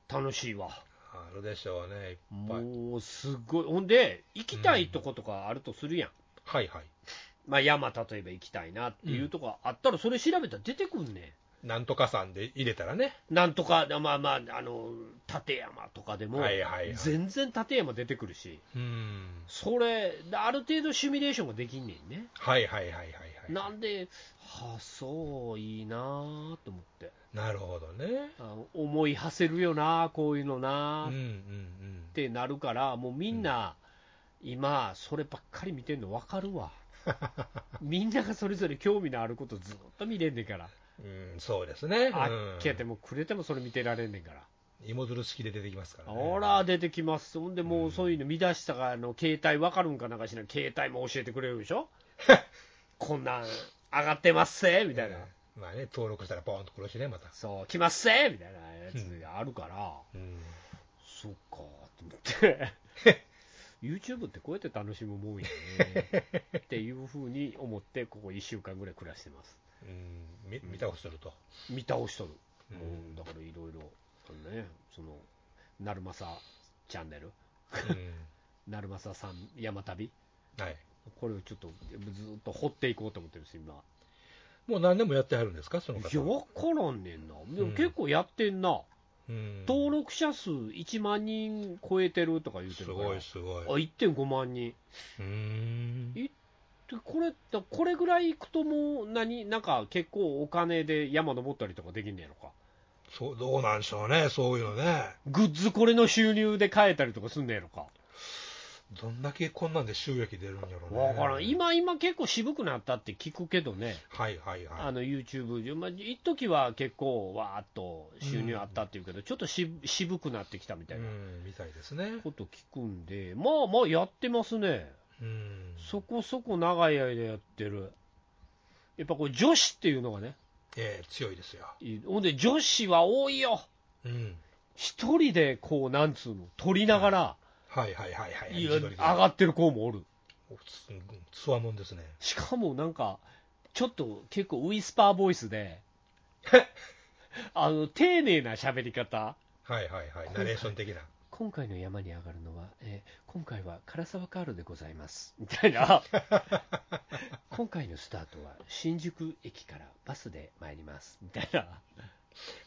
[SPEAKER 3] 楽しいわ。
[SPEAKER 2] あるでしょうね、いっぱい。
[SPEAKER 3] もうすごい、ほんで、行きたいとことかあるとするやん、
[SPEAKER 2] はいはい。
[SPEAKER 3] まあ、山、例えば行きたいなっていうとこあったら、それ調べたら出てくんね
[SPEAKER 2] なんとかさんで入れたらね、
[SPEAKER 3] なんとか、まあまあ、あの立山とかでも、
[SPEAKER 2] はいはいはい
[SPEAKER 3] 全然立山出てくるし、
[SPEAKER 2] うん、
[SPEAKER 3] それ、ある程度シミュレーションができんねんね、
[SPEAKER 2] はいはいはいはい、はいな、
[SPEAKER 3] なんで、はあ、そう、いいなあと思って、
[SPEAKER 2] るほどね、
[SPEAKER 3] あ思い馳せるよな、こういうの
[SPEAKER 2] う
[SPEAKER 3] な、
[SPEAKER 2] んう
[SPEAKER 3] っ
[SPEAKER 2] んうん、
[SPEAKER 3] てなるから、もうみんな、今、そればっかり見てるの分かるわ。みんながそれぞれ興味のあることずっと見れんねんから、
[SPEAKER 2] うん、そうですね、
[SPEAKER 3] あっけて
[SPEAKER 2] も、
[SPEAKER 3] もくれてもそれ見てられんねんから、
[SPEAKER 2] 芋づる式で出てきますからね、
[SPEAKER 3] ほら、出てきます、ほんでもうそういうの見出したから、あの携帯分かるんかなんかしら、携帯も教えてくれるでしょ、こんなん上がってますぜみたいな、
[SPEAKER 2] うんまあね、登録したら、ポーンと殺しね、また、
[SPEAKER 3] そう、来ますぜみたいなやつがあるから、
[SPEAKER 2] うん、
[SPEAKER 3] そっかと思って、YouTube ってこうやって楽しむもんやねっていうふうに思って、ここ1週間ぐらい暮らしてます。
[SPEAKER 2] うん、み見たことすると、
[SPEAKER 3] 見倒しとる、
[SPEAKER 2] うん
[SPEAKER 3] もうだからいろいろあのねそのなるまさチャンネル
[SPEAKER 2] う
[SPEAKER 3] なるまささん山旅
[SPEAKER 2] ん、はい、
[SPEAKER 3] これをちょっとずっと掘っていこうと思ってるし今
[SPEAKER 2] もう何年もやってはるんですか、その
[SPEAKER 3] いや
[SPEAKER 2] 方は
[SPEAKER 3] 分からんねんなで
[SPEAKER 2] う
[SPEAKER 3] も
[SPEAKER 2] ん
[SPEAKER 3] 結構やってんな、
[SPEAKER 2] うん、
[SPEAKER 3] 登録者数1万人超えてるとか言うて
[SPEAKER 2] す
[SPEAKER 3] るから
[SPEAKER 2] ごいすご
[SPEAKER 3] あ
[SPEAKER 2] い、
[SPEAKER 3] 1.5万人
[SPEAKER 2] うん、
[SPEAKER 3] でこれだこれぐらいいくともう何なんか結構お金で山登ったりとかできんねやろか
[SPEAKER 2] そうどうなんでしょうね、そういうのね。
[SPEAKER 3] グッズこれの収入で買えたりとかすんねやろか
[SPEAKER 2] どんだけこんなんで収益出るんやろうね。
[SPEAKER 3] わからん、今、今、結構渋くなったって聞くけどね、
[SPEAKER 2] はいはいはい。、
[SPEAKER 3] あの YouTube 上、まあ一時は結構、わーっと収入あったっていうけど、ちょっとし渋くなってきたみたいうなん
[SPEAKER 2] みたいですね。
[SPEAKER 3] こと聞くんで、まあまあやってますね、
[SPEAKER 2] うん。
[SPEAKER 3] そこそこ長い間やってる、やっぱこう女子っていうのがね、
[SPEAKER 2] ええ強いですよ。
[SPEAKER 3] いいほんで女子は多いよ、
[SPEAKER 2] うん。
[SPEAKER 3] 一人でこう、なんつうの、撮りながら、
[SPEAKER 2] はいはいはいはい。
[SPEAKER 3] いや
[SPEAKER 2] 自撮
[SPEAKER 3] 上
[SPEAKER 2] りで
[SPEAKER 3] がってる子もおる。
[SPEAKER 2] おつうんつわもんですね。
[SPEAKER 3] しかもなんか、ちょっと結構ウィスパーボイス で、あの丁寧な喋り方、
[SPEAKER 2] はいはいはい。ナレーション的な。
[SPEAKER 3] 今回の山に上がるのは、えー今回は唐沢カールでございますみたい な、今回のスタートは新宿駅からバスで参りますみたいな、
[SPEAKER 2] ま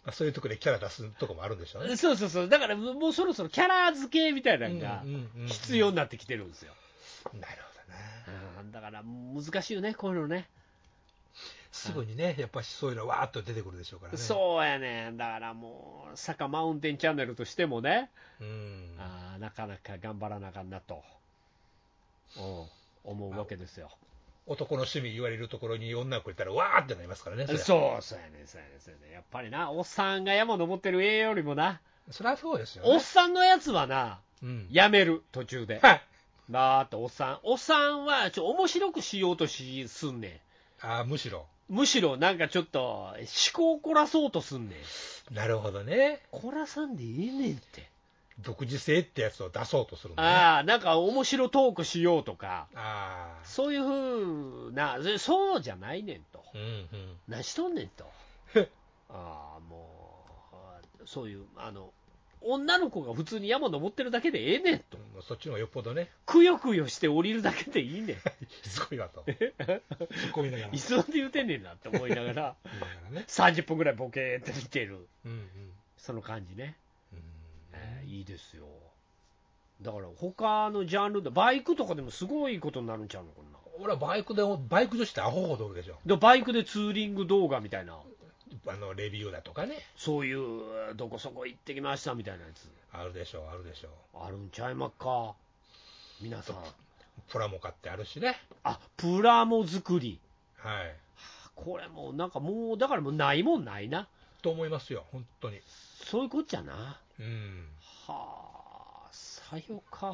[SPEAKER 2] あ、そういうとこでキャラ出すとこもあるんでしょうね。
[SPEAKER 3] そうそうそう、だからもうそろそろキャラ付けみたいなのが
[SPEAKER 2] うんうんうんうん
[SPEAKER 3] 必要になってきてるんですよ。
[SPEAKER 2] なるほどね。
[SPEAKER 3] あーだから難しいよね、こういうのね。
[SPEAKER 2] すぐにね、やっぱりそういうのわーっと出てくるでしょうからね。
[SPEAKER 3] そうやねんだからもう、坂マウンテンチャンネルとしてもね、
[SPEAKER 2] う。ん。
[SPEAKER 3] あーなかなか頑張らなあかんなと、うん思うわけですよ。
[SPEAKER 2] 男の趣味言われるところに女の子いたらわーってなりますからね。そりゃ
[SPEAKER 3] そう、そうやねんそうやねんそうやねんやっぱりな、おっさんが山登ってる絵よりもな、
[SPEAKER 2] そりゃそうですよ
[SPEAKER 3] おっ
[SPEAKER 2] ね。
[SPEAKER 3] さんのやつはな、
[SPEAKER 2] うん。
[SPEAKER 3] やめる、途中で。
[SPEAKER 2] はい。
[SPEAKER 3] なーって、おっさん、おっさんはちょ面白くしようとしすんね
[SPEAKER 2] ああ、むしろ。
[SPEAKER 3] ん。むしろなんかちょっと、思考を凝らそうとすんねん。
[SPEAKER 2] なるほどね。
[SPEAKER 3] 凝らさんでいいねんって。
[SPEAKER 2] 独自性ってやつを出そうとするのね。
[SPEAKER 3] ああ、なんか面白トークしようとか、
[SPEAKER 2] ああ。
[SPEAKER 3] そういうふうな、そそうじゃないねんと。
[SPEAKER 2] うんうん。
[SPEAKER 3] 何しとんねんと。ああ、もう、そういう、あの、女の子が普通に山登ってるだけでええねんと。
[SPEAKER 2] もうそっちの方がよっぽどね、
[SPEAKER 3] くよくよして降りるだけでいいねん。
[SPEAKER 2] しつこいわと。突っ込みながら。
[SPEAKER 3] いつまで言うてんねんなって思いながら、
[SPEAKER 2] 言いながらね。
[SPEAKER 3] 30分ぐらいボケーって見てる。
[SPEAKER 2] うんうん。
[SPEAKER 3] その感じね。
[SPEAKER 2] うん
[SPEAKER 3] えーいいですよ。だから他のジャンルで、バイクとかでもすごいことになるんちゃうのこんな。
[SPEAKER 2] 俺はバイクで、バイク女子ってアホほどおるでしょ。
[SPEAKER 3] でバイクでツーリング動画みたいな、
[SPEAKER 2] あの、レビューだとかね。
[SPEAKER 3] そういう、どこそこ行ってきましたみたいなやつ、
[SPEAKER 2] あるでしょう、あるでしょう。
[SPEAKER 3] あるんちゃいまっか、皆さん、
[SPEAKER 2] プラモ買ってあるしね。
[SPEAKER 3] あプラモ作り、
[SPEAKER 2] はい。
[SPEAKER 3] これもうなんかもう、だからもうないもんないな、
[SPEAKER 2] と思いますよ、本当に。
[SPEAKER 3] そういうこっちゃな、
[SPEAKER 2] うん。
[SPEAKER 3] はあ、さよか、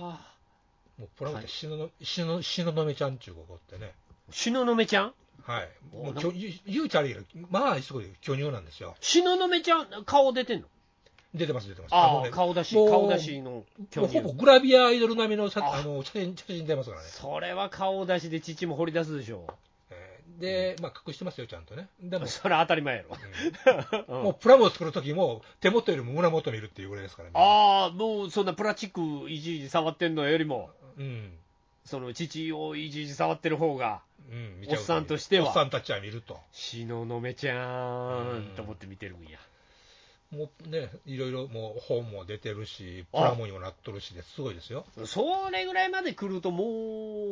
[SPEAKER 2] もうプラモってしのの、しの、しののめちゃんちゅう子おってね。
[SPEAKER 3] 東雲ちゃん、
[SPEAKER 2] はい。も
[SPEAKER 3] お
[SPEAKER 2] うきょ、ゆゆうちゃりより、まあ、すごい巨乳なんですよ。
[SPEAKER 3] 東雲ちゃん、顔出てんの
[SPEAKER 2] 出てます、出てます。
[SPEAKER 3] あ
[SPEAKER 2] もう
[SPEAKER 3] あ、
[SPEAKER 2] ね
[SPEAKER 3] 顔出し、
[SPEAKER 2] もう
[SPEAKER 3] 顔出しの
[SPEAKER 2] も
[SPEAKER 3] 興
[SPEAKER 2] う
[SPEAKER 3] 味
[SPEAKER 2] ほぼグラビアアイドル並みの写
[SPEAKER 3] あ
[SPEAKER 2] あの写真写真出ますからね。
[SPEAKER 3] それは顔出しで父も掘り出すでしょ
[SPEAKER 2] えーで、まあ、隠してますよ、ちゃんとね。でも、
[SPEAKER 3] それは当たり前やろ。うん
[SPEAKER 2] もうプラモを作るときも、手元よりも胸元見るっていうぐらいですからね。
[SPEAKER 3] ああ、もうそんなプラスチックいじいじ触ってんのよりも、
[SPEAKER 2] うん。
[SPEAKER 3] その父をいじいじ触ってる方が、
[SPEAKER 2] うん、見
[SPEAKER 3] おっさんとしては
[SPEAKER 2] おっさんたちは見ると、
[SPEAKER 3] 東雲ちゃーんと思って見てるんや。
[SPEAKER 2] もうね、いろいろもう本も出てるし、プラモにもなっとるしですごいですよ。
[SPEAKER 3] それぐらいまで来ると、も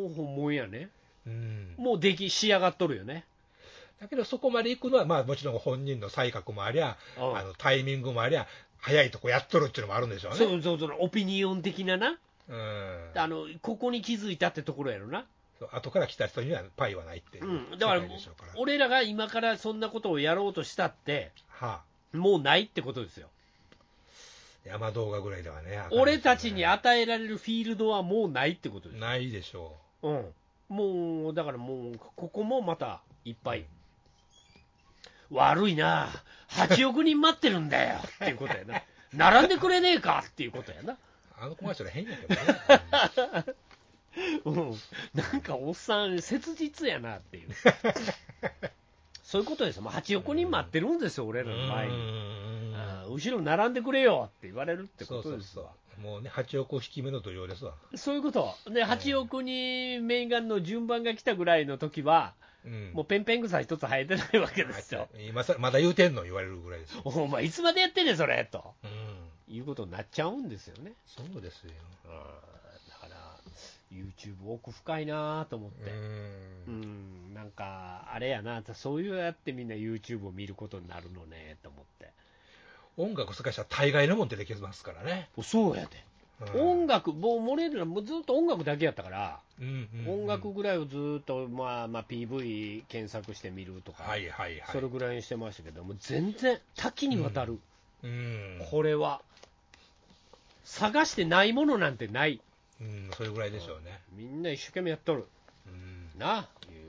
[SPEAKER 3] う、本物やね。
[SPEAKER 2] うん、
[SPEAKER 3] もう出来、仕上がっとるよね。
[SPEAKER 2] だけど、そこまで行くのは、まあ、もちろん本人の才覚もありゃ、
[SPEAKER 3] うん
[SPEAKER 2] あのタイミングもありゃ、早いとこやっとるっていうのもあるんでしょうね。
[SPEAKER 3] そうそうそう、オピニオン的なな、
[SPEAKER 2] うん、
[SPEAKER 3] あの、ここに気づいたってところやろな。、
[SPEAKER 2] そう後から来た人にはパイはないっていううん世
[SPEAKER 3] だから
[SPEAKER 2] 界でしょうから。
[SPEAKER 3] 俺らが今からそんなことをやろうとしたって、
[SPEAKER 2] はあ、
[SPEAKER 3] もうないってことですよ。
[SPEAKER 2] 山動画ぐらいではね、
[SPEAKER 3] 俺たちに
[SPEAKER 2] あかん
[SPEAKER 3] 与えられるフィールドはもうないってことです
[SPEAKER 2] でね
[SPEAKER 3] す。
[SPEAKER 2] ないでしょ
[SPEAKER 3] うん。もう、だからもう、ここもまたいっぱい。悪いな、8億人待ってるんだよ っていうことやな。並んでくれねえかっていうことやな。
[SPEAKER 2] う。あのコマーシャル変やけどね。
[SPEAKER 3] うん。なんかおっさん、切実やな っていう。そういうことですよ。もう8億人待ってるんですよ、俺ら
[SPEAKER 2] う
[SPEAKER 3] の前に。
[SPEAKER 2] ん
[SPEAKER 3] あー後ろ並んでくれよって言われるって
[SPEAKER 2] そ
[SPEAKER 3] こ
[SPEAKER 2] うそ
[SPEAKER 3] と
[SPEAKER 2] う
[SPEAKER 3] ですわ
[SPEAKER 2] そう。もうね、8億匹目の土曜ですわ。
[SPEAKER 3] そういうこと、で8億にメーガンの順番が来たぐらいの時は、
[SPEAKER 2] うん
[SPEAKER 3] もうペンペン草一つ生えてないわけですよ、
[SPEAKER 2] 今さまだ言うてんの言われるぐらいですよ。
[SPEAKER 3] お前、いつまでやってんねん、それと
[SPEAKER 2] うん、
[SPEAKER 3] いうことになっちゃうんですよね、
[SPEAKER 2] そうですよ。
[SPEAKER 3] うんだから、YouTube 奥深いなと思っ
[SPEAKER 2] う。
[SPEAKER 3] て、うんん、なんか、あれやな、そういうやってみんな YouTube を見ることになるのねと思って、
[SPEAKER 2] 音楽すかしたら大概のもん出てきますからね。
[SPEAKER 3] そうやで、
[SPEAKER 2] うん
[SPEAKER 3] 音楽、もう、モレーらもうずっと音楽だけやったから。
[SPEAKER 2] うんうんうん
[SPEAKER 3] 音楽ぐらいをずーっと、まあまあ、PV 検索してみるとか、
[SPEAKER 2] はいはいはい。
[SPEAKER 3] それぐらいにしてましたけど、もう全然多岐にわたる、
[SPEAKER 2] うん、
[SPEAKER 3] これは、探してないものなんてない、
[SPEAKER 2] うん、それぐらいでしょうね。
[SPEAKER 3] みんな一生懸命やっとる
[SPEAKER 2] うん。
[SPEAKER 3] な、いう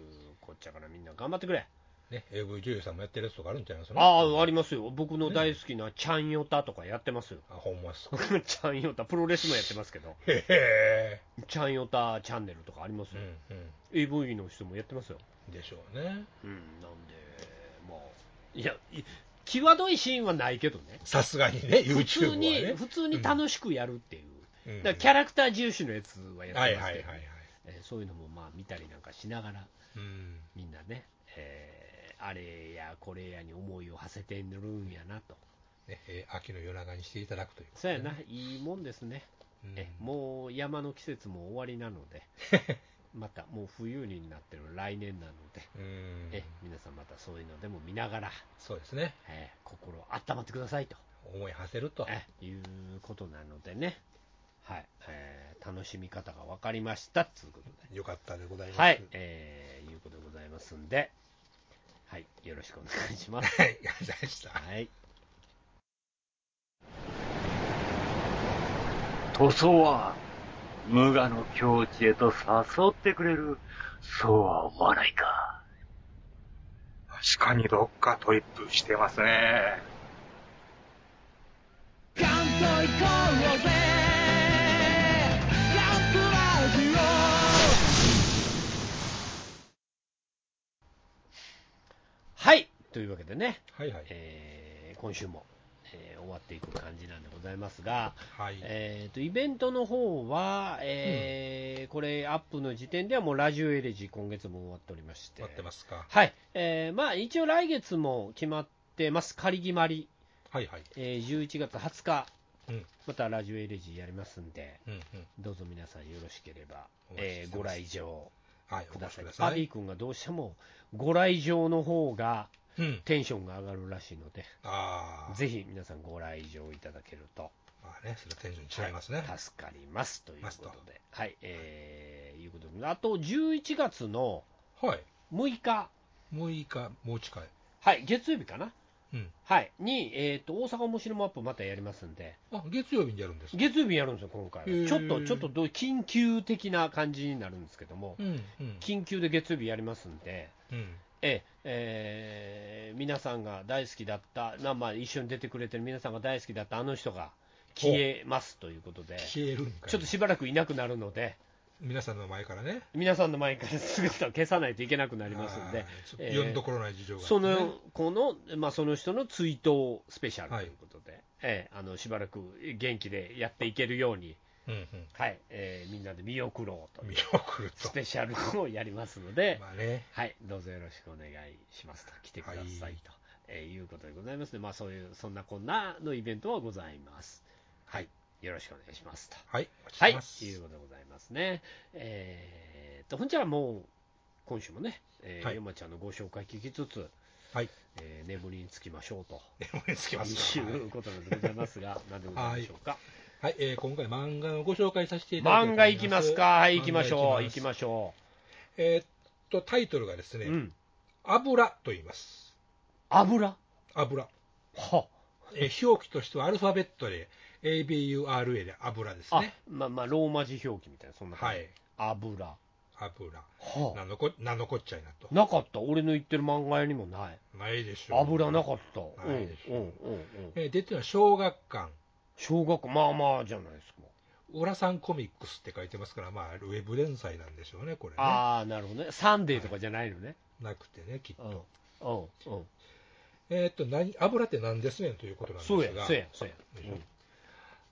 [SPEAKER 3] こっちゃからみんな頑張ってくれ。
[SPEAKER 2] ね、AV 女優さんもやってるやつとかあるんちゃいます
[SPEAKER 3] ああ、あ
[SPEAKER 2] あ
[SPEAKER 3] りますよ、僕の大好きなちゃんよたとかやってますよ。
[SPEAKER 2] ほんまっすか。
[SPEAKER 3] ちゃんよた、プロレスもやってますけど、
[SPEAKER 2] へへ
[SPEAKER 3] ちゃんよたチャンネルとかあります
[SPEAKER 2] う
[SPEAKER 3] よ、
[SPEAKER 2] んうん。
[SPEAKER 3] AV の人もやってますよ。
[SPEAKER 2] でしょうね。
[SPEAKER 3] うん、なんで、まあ、いや、い際どいシーンはないけどね、
[SPEAKER 2] さすがにね、
[SPEAKER 3] 普通
[SPEAKER 2] YouTube
[SPEAKER 3] に、
[SPEAKER 2] はね。
[SPEAKER 3] 普通に楽しくやるっていう、
[SPEAKER 2] うん
[SPEAKER 3] だからキャラクター重視のやつはや
[SPEAKER 2] は
[SPEAKER 3] っ
[SPEAKER 2] い
[SPEAKER 3] てま
[SPEAKER 2] は
[SPEAKER 3] す
[SPEAKER 2] い
[SPEAKER 3] け
[SPEAKER 2] はい
[SPEAKER 3] ど、
[SPEAKER 2] はい。
[SPEAKER 3] えーそういうのもまあ見たりなんかしながら、
[SPEAKER 2] うん。
[SPEAKER 3] みんなね、えーあれやこれやに思いを馳せてるんやなと、
[SPEAKER 2] ね、えー秋の夜長にしていただくという。
[SPEAKER 3] そうやな、いいもんですね、
[SPEAKER 2] うん
[SPEAKER 3] えもう山の季節も終わりなの で、またもう冬になってる来年なので、
[SPEAKER 2] うん。
[SPEAKER 3] え皆さんまたそういうのでも見ながら、
[SPEAKER 2] そうですね。
[SPEAKER 3] えー心温まってくださいと。
[SPEAKER 2] 思い馳せると。
[SPEAKER 3] えいうことなのでね、はいえー楽しみ方が分かりましたっつうこと
[SPEAKER 2] よかったでございま
[SPEAKER 3] で、
[SPEAKER 2] す。
[SPEAKER 3] はいえーいうことでございますんで、はい、よろしくお願いし ます。
[SPEAKER 2] はい、ありがとうございました。
[SPEAKER 3] はい、
[SPEAKER 4] 塗装は無我の境地へと誘ってくれる、そうは思わないか。
[SPEAKER 5] 確かにどっかトリップしてますね。
[SPEAKER 3] はい、というわけでね、
[SPEAKER 2] はいはい。
[SPEAKER 3] えー今週も、えー終わっていく感じなんでございますが、
[SPEAKER 2] はい。
[SPEAKER 3] えー、とイベントの方は、えーこれ、アップの時点ではもうラジオエレジー、今月も終わっておりまして。
[SPEAKER 2] 待ってますか。
[SPEAKER 3] はい、えーまあ、一応来月も決まってます、仮決まり、
[SPEAKER 2] はいはい。
[SPEAKER 3] えー11月20日、
[SPEAKER 2] うん
[SPEAKER 3] またラジオエレジーやりますんで、
[SPEAKER 2] うんうん。
[SPEAKER 3] どうぞ皆さんよろしければ
[SPEAKER 2] お、待ちして
[SPEAKER 3] え
[SPEAKER 2] ます
[SPEAKER 3] ーご来場
[SPEAKER 2] はい、お
[SPEAKER 3] くだ
[SPEAKER 2] 越し
[SPEAKER 3] さ
[SPEAKER 2] く
[SPEAKER 3] い
[SPEAKER 2] だ。さ
[SPEAKER 3] バビ
[SPEAKER 2] い
[SPEAKER 3] ー。君がどうしても、ご来場の方が
[SPEAKER 2] うん。
[SPEAKER 3] テンションが上がるらしいので、
[SPEAKER 2] ああ。
[SPEAKER 3] ぜひ皆さんご来場いただけると
[SPEAKER 2] まあね、それはテンション違いますね。
[SPEAKER 3] 助かりますということ
[SPEAKER 2] マス
[SPEAKER 3] で、はい、えーいうことで、あと11月の
[SPEAKER 2] はい。
[SPEAKER 3] 6日、
[SPEAKER 2] もういいか、もう近い。
[SPEAKER 3] はい、月曜日かな。
[SPEAKER 2] うん。
[SPEAKER 3] はい、に、えー、と大阪面白マップまたやりますんで、
[SPEAKER 2] あ、月曜日にやるんですか。
[SPEAKER 3] 月曜日にやるんですよ、今回
[SPEAKER 2] へー
[SPEAKER 3] は。ちょっと、ちょっとどう緊急的な感じになるんですけども
[SPEAKER 2] う、ん。うん。
[SPEAKER 3] 緊急で月曜日やりますんで、
[SPEAKER 2] うん。
[SPEAKER 3] えええー皆さんが大好きだった、なまあ、一緒に出てくれてる皆さんが大好きだったあの人が消えますということで、
[SPEAKER 2] 消えるんかい。
[SPEAKER 3] ちょっとしばらくいなくなるので、
[SPEAKER 2] 皆さんの前からね。
[SPEAKER 3] 皆さんの前から姿を消さないといけなくな
[SPEAKER 2] あ
[SPEAKER 3] りますんで、
[SPEAKER 2] ー
[SPEAKER 3] えー
[SPEAKER 2] ちょ読んどころない事情があって
[SPEAKER 3] そ
[SPEAKER 2] ね。
[SPEAKER 3] の子の、まあ、その人の追悼スペシャルと
[SPEAKER 2] はい
[SPEAKER 3] いうことで、ええあのしばらく元気でやっていけるように、
[SPEAKER 2] うん
[SPEAKER 3] はい、えーみんなで見送ろうと
[SPEAKER 2] うん。
[SPEAKER 3] い
[SPEAKER 2] 見
[SPEAKER 3] う
[SPEAKER 2] 送る
[SPEAKER 3] ス
[SPEAKER 2] と。
[SPEAKER 3] ペシャルをやりますので、
[SPEAKER 2] まあね。
[SPEAKER 3] はい、どうぞよろしくお願いしますと、来てくださいと、
[SPEAKER 2] はい
[SPEAKER 3] いえーいうことでございますね、まあ、そういう、そんなこんなのイベントはございます。はい、よろしくお願いしますと。
[SPEAKER 2] はい。お待ちし
[SPEAKER 3] は
[SPEAKER 2] て
[SPEAKER 3] い、
[SPEAKER 2] ま
[SPEAKER 3] と
[SPEAKER 2] す
[SPEAKER 3] いうことでございますね。えーっと、ほんじゃらもう、今週もね、えー
[SPEAKER 2] はい
[SPEAKER 3] 山ちゃんのご紹介聞きつつ、
[SPEAKER 2] はい。
[SPEAKER 3] えー眠りにつきましょうと。
[SPEAKER 2] 眠りにつきます
[SPEAKER 3] い
[SPEAKER 2] か。はい う
[SPEAKER 3] ことでございますが、何でございましょうか。
[SPEAKER 2] はい、えー今回漫画をご紹介させていただきます。
[SPEAKER 3] 漫画いきますか。はい、行きましょう。
[SPEAKER 2] 漫画い
[SPEAKER 3] 行きましょ
[SPEAKER 2] えーっと、タイトルがです
[SPEAKER 3] う。
[SPEAKER 2] ね、
[SPEAKER 3] うん。
[SPEAKER 2] 油と言います。
[SPEAKER 3] 油
[SPEAKER 2] 油。
[SPEAKER 3] は
[SPEAKER 2] え ー表記としてはアルファベットで ABURA で油です
[SPEAKER 3] あ
[SPEAKER 2] ね。、
[SPEAKER 3] まあまあ、ローマ字表記みたいな、そんな感
[SPEAKER 2] は
[SPEAKER 3] じ。
[SPEAKER 2] い。
[SPEAKER 3] 油。は
[SPEAKER 2] 油。
[SPEAKER 3] あ
[SPEAKER 2] なんのこ、なんのこっちゃいなと。
[SPEAKER 3] なかった。俺の言ってる漫画屋にもない。
[SPEAKER 2] ないでしょう。
[SPEAKER 3] 油なかった。うん、うん、う
[SPEAKER 2] なんいでしょ、
[SPEAKER 3] うん。
[SPEAKER 2] えー出てるのは小学館、
[SPEAKER 3] 小学、まあまあじゃないですか。
[SPEAKER 2] 浦さんコミックスって書いてますから、まあ、ウェブ連載なんでしょうね、これね。
[SPEAKER 3] ああ、なるほどね。サンデーとかじゃないのね。
[SPEAKER 2] なくてね、きっと。
[SPEAKER 3] うん、うん、うん。
[SPEAKER 2] えーっと、何、油って何ですねんということなんです
[SPEAKER 3] そうや、
[SPEAKER 2] が、
[SPEAKER 3] そうや、そうや。
[SPEAKER 2] でしょ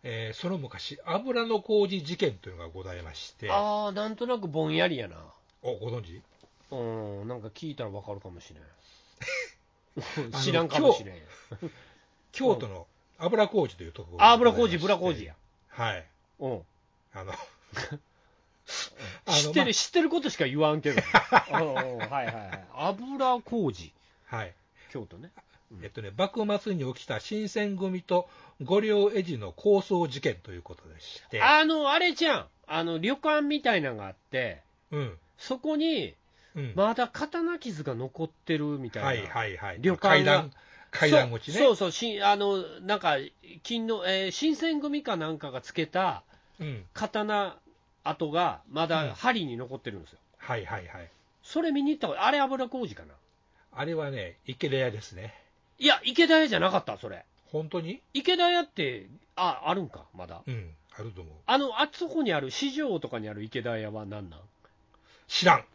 [SPEAKER 2] えーその昔、油の麹事件というのがございまして、
[SPEAKER 3] ああ、なんとなくぼんやりやな。
[SPEAKER 2] おご存知
[SPEAKER 3] うん、なんか聞いたらわかるかもし れん。
[SPEAKER 2] あの
[SPEAKER 3] 知らんかもしれん。
[SPEAKER 2] 京都の油麹というところ
[SPEAKER 3] あ、油麹、ブラ麹や。。
[SPEAKER 2] はい。
[SPEAKER 3] うん。
[SPEAKER 2] あの、あ
[SPEAKER 3] 知
[SPEAKER 2] の
[SPEAKER 3] って
[SPEAKER 2] ま
[SPEAKER 3] る、知ってることしか言わんけど。 うんうんはいはいはい。油麹。
[SPEAKER 2] あはい。
[SPEAKER 3] 京都ね。
[SPEAKER 2] えっとね、幕末に起きた新選組と五稜絵寺の抗争事件ということでして、
[SPEAKER 3] あの、あれじゃん。あの、旅館みたいなのがあって、
[SPEAKER 2] うん。
[SPEAKER 3] そこに、
[SPEAKER 2] うん。
[SPEAKER 3] まだ刀傷が残ってるみたいな。
[SPEAKER 2] はいはいはい。
[SPEAKER 3] 旅館が
[SPEAKER 2] 階段、階段口ね。
[SPEAKER 3] そうそうそうしんあの、なんか、金の、えー新選組かなんかがつけた
[SPEAKER 2] うん。
[SPEAKER 3] 刀跡が、ま
[SPEAKER 2] うん
[SPEAKER 3] だ針に残ってるんですよ。
[SPEAKER 2] はいはいはい。
[SPEAKER 3] それ見に行ったことあれ油麹かな。
[SPEAKER 2] あれはね、池田屋ですね。
[SPEAKER 3] いや、池田屋じゃなかった、それ。
[SPEAKER 2] 本当に
[SPEAKER 3] 池田屋って、あ、あるんか、まだ。
[SPEAKER 2] うん。あると思う。
[SPEAKER 3] あの、あっそこにある、市場とかにある池田屋は何なん
[SPEAKER 2] 知らん。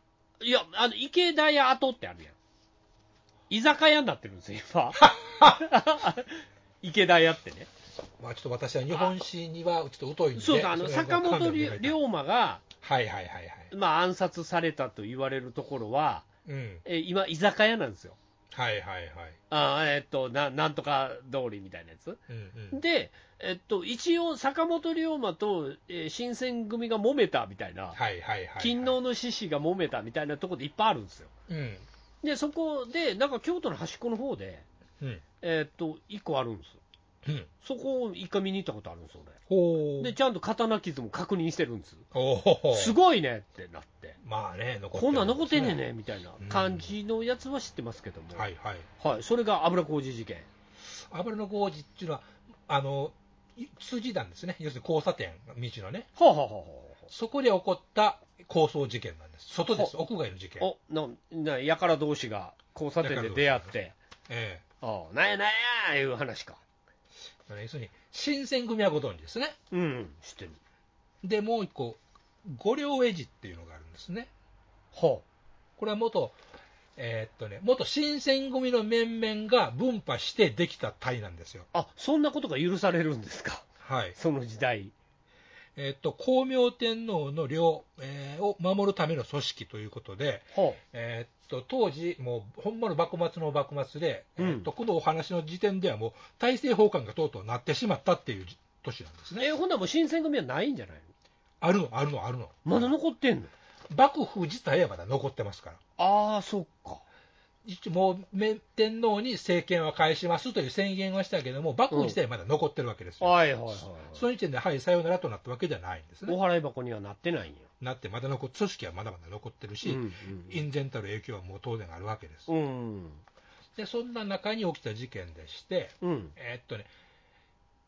[SPEAKER 3] いや、あの、池田屋跡ってあるやん。居酒屋になってるんですよ、 今。池田屋ってね。
[SPEAKER 2] まあちょっと私は日本史にはちょっと疎いんで。
[SPEAKER 3] そうそう、あの、
[SPEAKER 2] れは
[SPEAKER 3] 坂
[SPEAKER 2] わか
[SPEAKER 3] 本
[SPEAKER 2] んない
[SPEAKER 3] 龍
[SPEAKER 2] んだけど
[SPEAKER 3] 龍馬が、
[SPEAKER 2] はいはいはいはい。
[SPEAKER 3] まあ、暗殺されたと言われるところは、
[SPEAKER 2] うん。
[SPEAKER 3] え今、居酒屋なんですよ。
[SPEAKER 2] はいはいはい。
[SPEAKER 3] あーえっとな、なんとか通りみたいなやつ。
[SPEAKER 2] うんうん。
[SPEAKER 3] で、えっと、一応、坂本龍馬と、えー新選組が揉めたみたいな、
[SPEAKER 2] はいはいはいはい。
[SPEAKER 3] 勤王の獅子が揉めたみたいなところでいっぱいあるんですよ。
[SPEAKER 2] うん。
[SPEAKER 3] で、そこで、なんか京都の端っこの方で、
[SPEAKER 2] うん。
[SPEAKER 3] えーっと、1個あるんです。
[SPEAKER 2] うん。
[SPEAKER 3] そこを一回見に行ったことあるんですよね。
[SPEAKER 2] ほう。
[SPEAKER 3] で、ちゃんと刀傷も確認してるんです。
[SPEAKER 2] おお。
[SPEAKER 3] すごいねってなって、
[SPEAKER 2] まあね、残って
[SPEAKER 3] こんなん残ってんねん
[SPEAKER 2] ね。
[SPEAKER 3] ねみたいな感じのやつは知ってますけども、
[SPEAKER 2] はいはい。
[SPEAKER 3] はい、それが油麹事件。
[SPEAKER 2] 油の工事っていうのは、あの、い筋なんですね。要するに交差点、道のね。
[SPEAKER 3] はあ、はあはあは
[SPEAKER 2] そこで起こった抗争事件なんです。外です。屋外の事件
[SPEAKER 3] あ、。おなな、やから同士が交差点で出会って、
[SPEAKER 2] え
[SPEAKER 3] ああなんやなんやいう話か。
[SPEAKER 2] え要するに、新選組はご存知ですね。
[SPEAKER 3] うん、うん、知ってる。
[SPEAKER 2] で、もう一個、五稜絵寺っていうのがあるんですね。
[SPEAKER 3] は
[SPEAKER 2] これは元、えーっとね、元新選組の面々が分派してできた隊なんですよ。
[SPEAKER 3] あ、あそんなことが許されるんですか、
[SPEAKER 2] はい。
[SPEAKER 3] その時代。
[SPEAKER 2] えーっと、光明天皇の領、えーを守るための組織ということで、
[SPEAKER 3] は
[SPEAKER 2] えーっと、当時、もう、ほんまの幕末の幕末で、えーっと、このお話の時点ではもう、大政奉還がとうとうなってしまったっていう年なんです
[SPEAKER 3] あ、
[SPEAKER 2] ね。
[SPEAKER 3] えほんならもう新選組はないんじゃない
[SPEAKER 2] あるの、あるの、あるの。
[SPEAKER 3] のまだ残ってんの
[SPEAKER 2] 幕府自体はまだ残ってますから。
[SPEAKER 3] ああ、そっか。
[SPEAKER 2] 一応もうめ天皇に政権は返しますという宣言はしたけども、幕府自体はまだ残ってるわけですよ、
[SPEAKER 3] はいはいはい、はい。
[SPEAKER 2] その時点で、はい、さようならとなったわけじゃないんです
[SPEAKER 3] お
[SPEAKER 2] ね。
[SPEAKER 3] 払い箱にはなってないんや。
[SPEAKER 2] なって、まだ残っ組織はまだまだ残ってるし、
[SPEAKER 3] うん
[SPEAKER 2] 隠然たる影響はもう当然あるわけです。
[SPEAKER 3] うん。
[SPEAKER 2] で、そんな中に起きた事件でして、
[SPEAKER 3] うん。
[SPEAKER 2] えーっとね、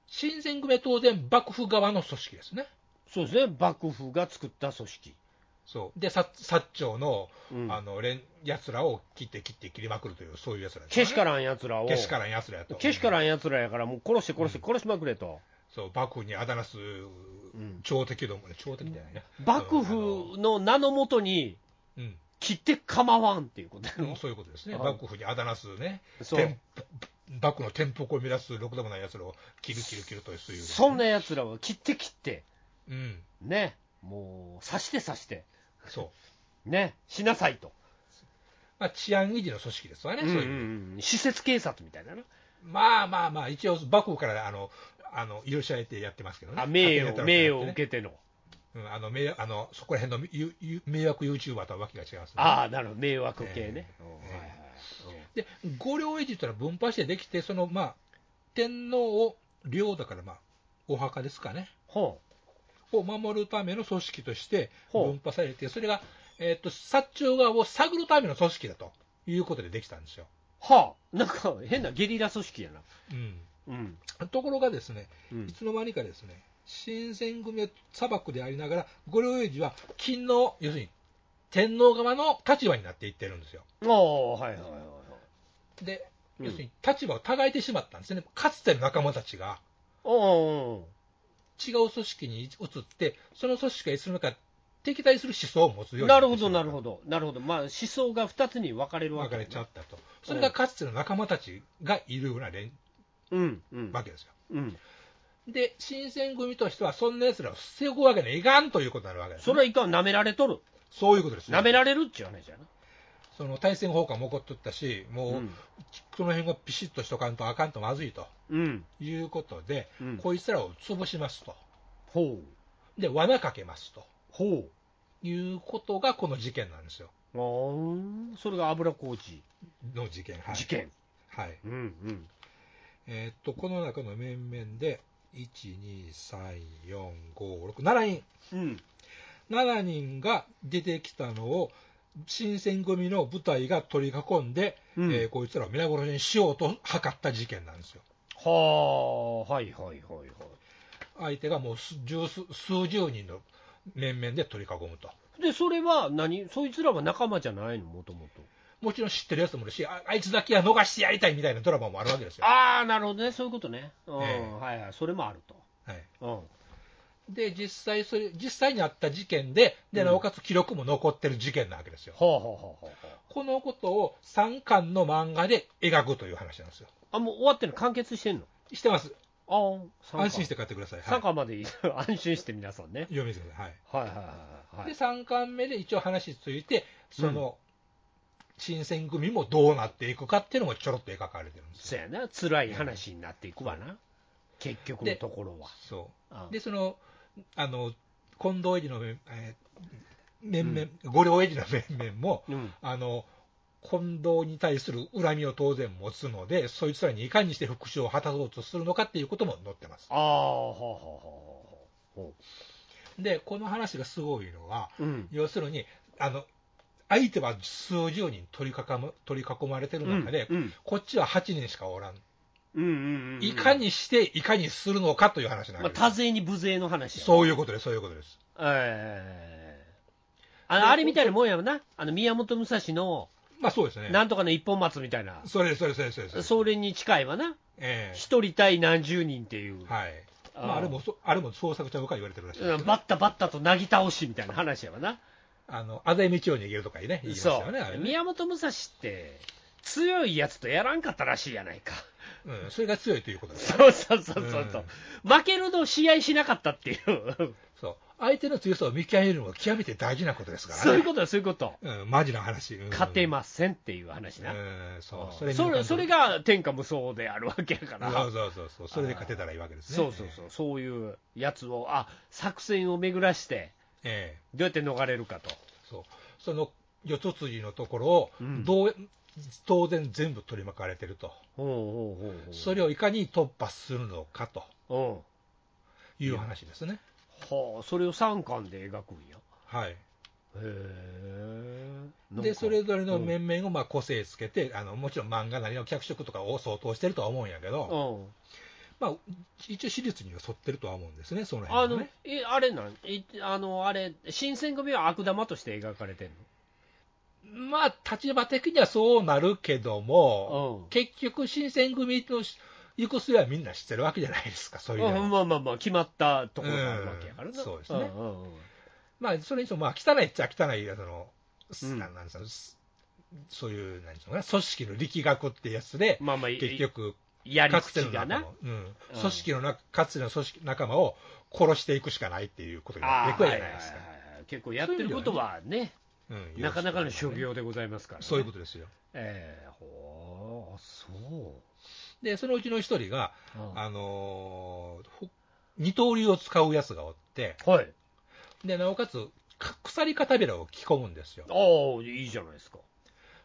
[SPEAKER 2] 新選組は当然、幕府側の組織ですね。
[SPEAKER 3] そうですね、幕府が作った組織。
[SPEAKER 2] そうで、薩薩長の,、
[SPEAKER 3] うん
[SPEAKER 2] あの連奴らを切って切って切りまくるという、そういう奴らです
[SPEAKER 3] けしかららんやつらを。
[SPEAKER 2] けしからん奴らやと。
[SPEAKER 3] けしからんやつらやから、もう殺して殺して殺しまくれと。
[SPEAKER 2] そう、幕府にあだなす
[SPEAKER 3] ん
[SPEAKER 2] 朝敵どもね、朝敵じゃないな。
[SPEAKER 3] 幕
[SPEAKER 2] あの
[SPEAKER 3] 府の名のもとに、
[SPEAKER 2] うん、
[SPEAKER 3] 切って構わんっていうことやろ
[SPEAKER 2] うんそういうことですね。
[SPEAKER 3] あ
[SPEAKER 2] 幕府にあだなすね、
[SPEAKER 3] そう
[SPEAKER 2] 天幕府の天覆を乱すろくでもない奴らを切る切る切るという、そういう、
[SPEAKER 3] そんなやつらは切って切って、
[SPEAKER 2] うん、
[SPEAKER 3] ね、もう、刺して刺して、
[SPEAKER 2] そう。
[SPEAKER 3] ね、しなさいと。
[SPEAKER 2] まあ、治安維持の組織ですわね、
[SPEAKER 3] うん
[SPEAKER 2] そううんいう。
[SPEAKER 3] うん施設警察みたいなな。
[SPEAKER 2] まあまあまあ、一応、幕府からあのあの許し合えてやってますけどね。
[SPEAKER 3] あ名誉、名誉を受
[SPEAKER 2] け、
[SPEAKER 3] けての。
[SPEAKER 2] うん、あの名あのそこら辺のゆゆ迷惑 YouTuber とはわけが違いますね、
[SPEAKER 3] ああ、なるほど、迷惑系ね。うんはいはい
[SPEAKER 2] で、五領維持というのは分配してできて、そのまあ、天皇を領だから、まあ、お墓ですかね、
[SPEAKER 3] ほ
[SPEAKER 2] を守るための組織として
[SPEAKER 3] ほう
[SPEAKER 2] 分派されて、それが、えっと薩長側を探るための組織だということでできたんですよ。
[SPEAKER 3] うはあ、なんか変なゲリラ組織やな。
[SPEAKER 2] うん、
[SPEAKER 3] うん。
[SPEAKER 2] ところがですね、
[SPEAKER 3] うん
[SPEAKER 2] いつの間にかですね、新選組は砂漠でありながら、五領英治は金の、要するに天皇側の立場になっていってるんですよ。
[SPEAKER 3] ああ、はいはいはいはい。
[SPEAKER 2] で、
[SPEAKER 3] うん
[SPEAKER 2] 要するに立場を互えてしまったんですね、かつての仲間たちが
[SPEAKER 3] おう
[SPEAKER 2] 違う組織に移って、その組織がいつの間にか敵対する思想を持つ
[SPEAKER 3] おう
[SPEAKER 2] ように
[SPEAKER 3] な
[SPEAKER 2] って
[SPEAKER 3] るほど、なるほ
[SPEAKER 2] ど。
[SPEAKER 3] ど、なるほど、まあ、思想が2つに分かれるわ
[SPEAKER 2] 分
[SPEAKER 3] けだ
[SPEAKER 2] かれ
[SPEAKER 3] ね
[SPEAKER 2] ちゃったと。それがかつての仲間たちがいるような連
[SPEAKER 3] うん、うん、
[SPEAKER 2] わけですよ。
[SPEAKER 3] うん、
[SPEAKER 2] で、新選組としては、そんな奴らを防ぐわけにはいかんということになるわけです、
[SPEAKER 3] それはいかん、なめられとる、
[SPEAKER 2] そういうことですね。
[SPEAKER 3] なめられるっちゅう話やな。
[SPEAKER 2] その対戦砲火も起こっとったし、もう、
[SPEAKER 3] うん
[SPEAKER 2] その辺がピシッとしとかんとあかんとまずいと
[SPEAKER 3] うん、
[SPEAKER 2] いうことで、
[SPEAKER 3] うん
[SPEAKER 2] こいつらを潰しますと、
[SPEAKER 3] ほう、
[SPEAKER 2] で罠かけますと
[SPEAKER 3] ほ
[SPEAKER 2] いうことがこの事件なんですよ、
[SPEAKER 3] う、あーそれが油工事
[SPEAKER 2] の事件。はい、
[SPEAKER 3] 事件、
[SPEAKER 2] はい
[SPEAKER 3] うん、うん、
[SPEAKER 2] えーっとこの中の面々で、1、2、3、4、5、6、7人、
[SPEAKER 3] うん、
[SPEAKER 2] 7人が出てきたのを、新選組の部隊が取り囲んで、
[SPEAKER 3] うん
[SPEAKER 2] えーこいつらを皆殺しにしようと図った事件なんですよ。
[SPEAKER 3] はあ、はいはいはいはい、
[SPEAKER 2] 相手がもうす十数数十人の面々で取り囲むと、
[SPEAKER 3] で、それは何、そいつらは仲間じゃないの、もともと。
[SPEAKER 2] もちろん知ってるやつもいるし、ああいつだけは逃してやりたいみたいなドラマもあるわけですよ。
[SPEAKER 3] ああ、なるほどね、そういうことね、うん
[SPEAKER 2] ええ
[SPEAKER 3] はいはい、それもあると。
[SPEAKER 2] はい、
[SPEAKER 3] うん
[SPEAKER 2] で実際それ、実際にあった事件でで、
[SPEAKER 3] うん
[SPEAKER 2] なおかつ記録も残ってる事件なわけですよ。
[SPEAKER 3] はあ、はあはあはあは
[SPEAKER 2] このことを3巻の漫画で描くという話なんですよ。
[SPEAKER 3] あ、あもう終わってんの、完結してんの
[SPEAKER 2] してます。
[SPEAKER 3] ああ、
[SPEAKER 2] 安心して買ってください。はい、
[SPEAKER 3] 参加までいい 安心して皆さんね。
[SPEAKER 2] 読みてください。はい
[SPEAKER 3] はいはいはいはい。
[SPEAKER 2] で、3巻目で一応話ついて、その、新選組もどうなっていくかっていうのもちょろっと描かれてるんです
[SPEAKER 3] そ
[SPEAKER 2] よ。
[SPEAKER 3] やな、辛い話になっていくわな、結局のところは。
[SPEAKER 2] そう
[SPEAKER 3] あ
[SPEAKER 2] で、その、あの、近藤英二の面、えー面々、五両英二の面々も、
[SPEAKER 3] うん
[SPEAKER 2] あの、近藤に対する恨みを当然持つので、そいつらにいかにして復讐を果たそうとするのかっていうことも載ってます。
[SPEAKER 3] ああ、はあはあはあは
[SPEAKER 2] で、この話がすごいの
[SPEAKER 3] あ。
[SPEAKER 2] は、
[SPEAKER 3] うん。
[SPEAKER 2] 要するに、あの、相手は数十人取り囲む取り囲まれてる中で、
[SPEAKER 3] うんうん
[SPEAKER 2] こっちは8人しかおらん。
[SPEAKER 3] うんうんうん。
[SPEAKER 2] いか、にして、いかにするのかという話なん
[SPEAKER 3] まあ、
[SPEAKER 2] です。
[SPEAKER 3] 多勢に無勢の話やな
[SPEAKER 2] そういうことです、そういうことです。
[SPEAKER 3] ええあのあれみたいなもんやろな、あの宮本武蔵の
[SPEAKER 2] まあそうですね。
[SPEAKER 3] なんとかの一本松みたいな、
[SPEAKER 2] それですそれですそれですそれです
[SPEAKER 3] それに近いわな、
[SPEAKER 2] ええ
[SPEAKER 3] 一人対何十人っていう、
[SPEAKER 2] はい。ま
[SPEAKER 3] あー
[SPEAKER 2] あ、あれもそ、あれも創作ちゃうか言われてるらしいです
[SPEAKER 3] う
[SPEAKER 2] け
[SPEAKER 3] ん
[SPEAKER 2] ど、
[SPEAKER 3] バッタバッタとなぎ倒しみたいな話やわな。
[SPEAKER 2] あの、あぜ道を逃げるとかね、言いました
[SPEAKER 3] そ
[SPEAKER 2] よ
[SPEAKER 3] う、
[SPEAKER 2] ね、あれね。
[SPEAKER 3] 宮本武蔵って強いやつとやらんかったらしいやないか
[SPEAKER 2] うん、それが強いということです。
[SPEAKER 3] そうそうそうそうそう、負けるの試合しなかったっていう
[SPEAKER 2] そう。相手の強さを見極めるのは極めて大事なことですから
[SPEAKER 3] そういう
[SPEAKER 2] ね。
[SPEAKER 3] ことだそういうこと
[SPEAKER 2] うん、マジな話。うん
[SPEAKER 3] 勝てませんっていう話な、
[SPEAKER 2] うん、そう。
[SPEAKER 3] そ
[SPEAKER 2] そ
[SPEAKER 3] れ
[SPEAKER 2] れ
[SPEAKER 3] それが天下無双であるわけやか
[SPEAKER 2] そ
[SPEAKER 3] ら
[SPEAKER 2] うそうそうそう。それで勝てたらいいわけですね。
[SPEAKER 3] そうそうそうそういうやつをあ作戦を巡らして
[SPEAKER 2] ええ。
[SPEAKER 3] どうやって逃れるかと
[SPEAKER 2] そう。その、四つ辻のところを、
[SPEAKER 3] うん
[SPEAKER 2] どう、当然全部取り巻かれてると。
[SPEAKER 3] ほうほうほうほう
[SPEAKER 2] それをいかに突破するのかと
[SPEAKER 3] うん
[SPEAKER 2] いう話ですね。
[SPEAKER 3] はあそれを三巻で描くんや
[SPEAKER 2] はい。
[SPEAKER 3] へえ
[SPEAKER 2] でそれぞれの面々をまあ個性つけて、あのもちろん漫画なりの脚色とかを相当してるとは思うんやけ
[SPEAKER 3] う
[SPEAKER 2] ど、
[SPEAKER 3] ん、うん
[SPEAKER 2] まあ、一応、私立には沿ってるとは思うんですね、その
[SPEAKER 3] あ
[SPEAKER 2] 辺
[SPEAKER 3] の
[SPEAKER 2] はね。、
[SPEAKER 3] え、あれなん、いあの、あれ、新選組は悪玉として描かれてん
[SPEAKER 2] まあ、立場的にはそうなるけども、
[SPEAKER 3] うん
[SPEAKER 2] 結局、新選組の行く末はみんな知ってるわけじゃないですか、そういう
[SPEAKER 3] の。
[SPEAKER 2] のは
[SPEAKER 3] まあまあまあ、決まったところがあるわけやからな。
[SPEAKER 2] うんそうですね
[SPEAKER 3] んうんうん
[SPEAKER 2] まあ、それにしても、まあ、汚いっちゃ汚い、あの、
[SPEAKER 3] うん
[SPEAKER 2] なんなんですかすそういう、なんでしょうかね、組織の力学ってやつで、
[SPEAKER 3] まあまあ、い
[SPEAKER 2] 結局、
[SPEAKER 3] やり
[SPEAKER 2] かつての
[SPEAKER 3] 口が
[SPEAKER 2] 仲間
[SPEAKER 3] な
[SPEAKER 2] を。、うん組織の中、かつての組織仲間を殺していくしかないっていうことになっていく
[SPEAKER 3] は
[SPEAKER 2] や
[SPEAKER 3] い
[SPEAKER 2] な
[SPEAKER 3] はい
[SPEAKER 2] いですか。
[SPEAKER 3] はい結構やってることはね、
[SPEAKER 2] うん
[SPEAKER 3] なかなかの職。業でございますから、ね。。
[SPEAKER 2] そういうこととですよ。
[SPEAKER 3] えー、ほー、そ
[SPEAKER 2] で、そのうちの一人が、
[SPEAKER 3] う。あ
[SPEAKER 2] あのーほ二刀流を使うやつがおって、
[SPEAKER 3] はい。
[SPEAKER 2] で、なおかつ、か鎖片びらを着込むんですよ。
[SPEAKER 3] ああ、いいじゃないですか。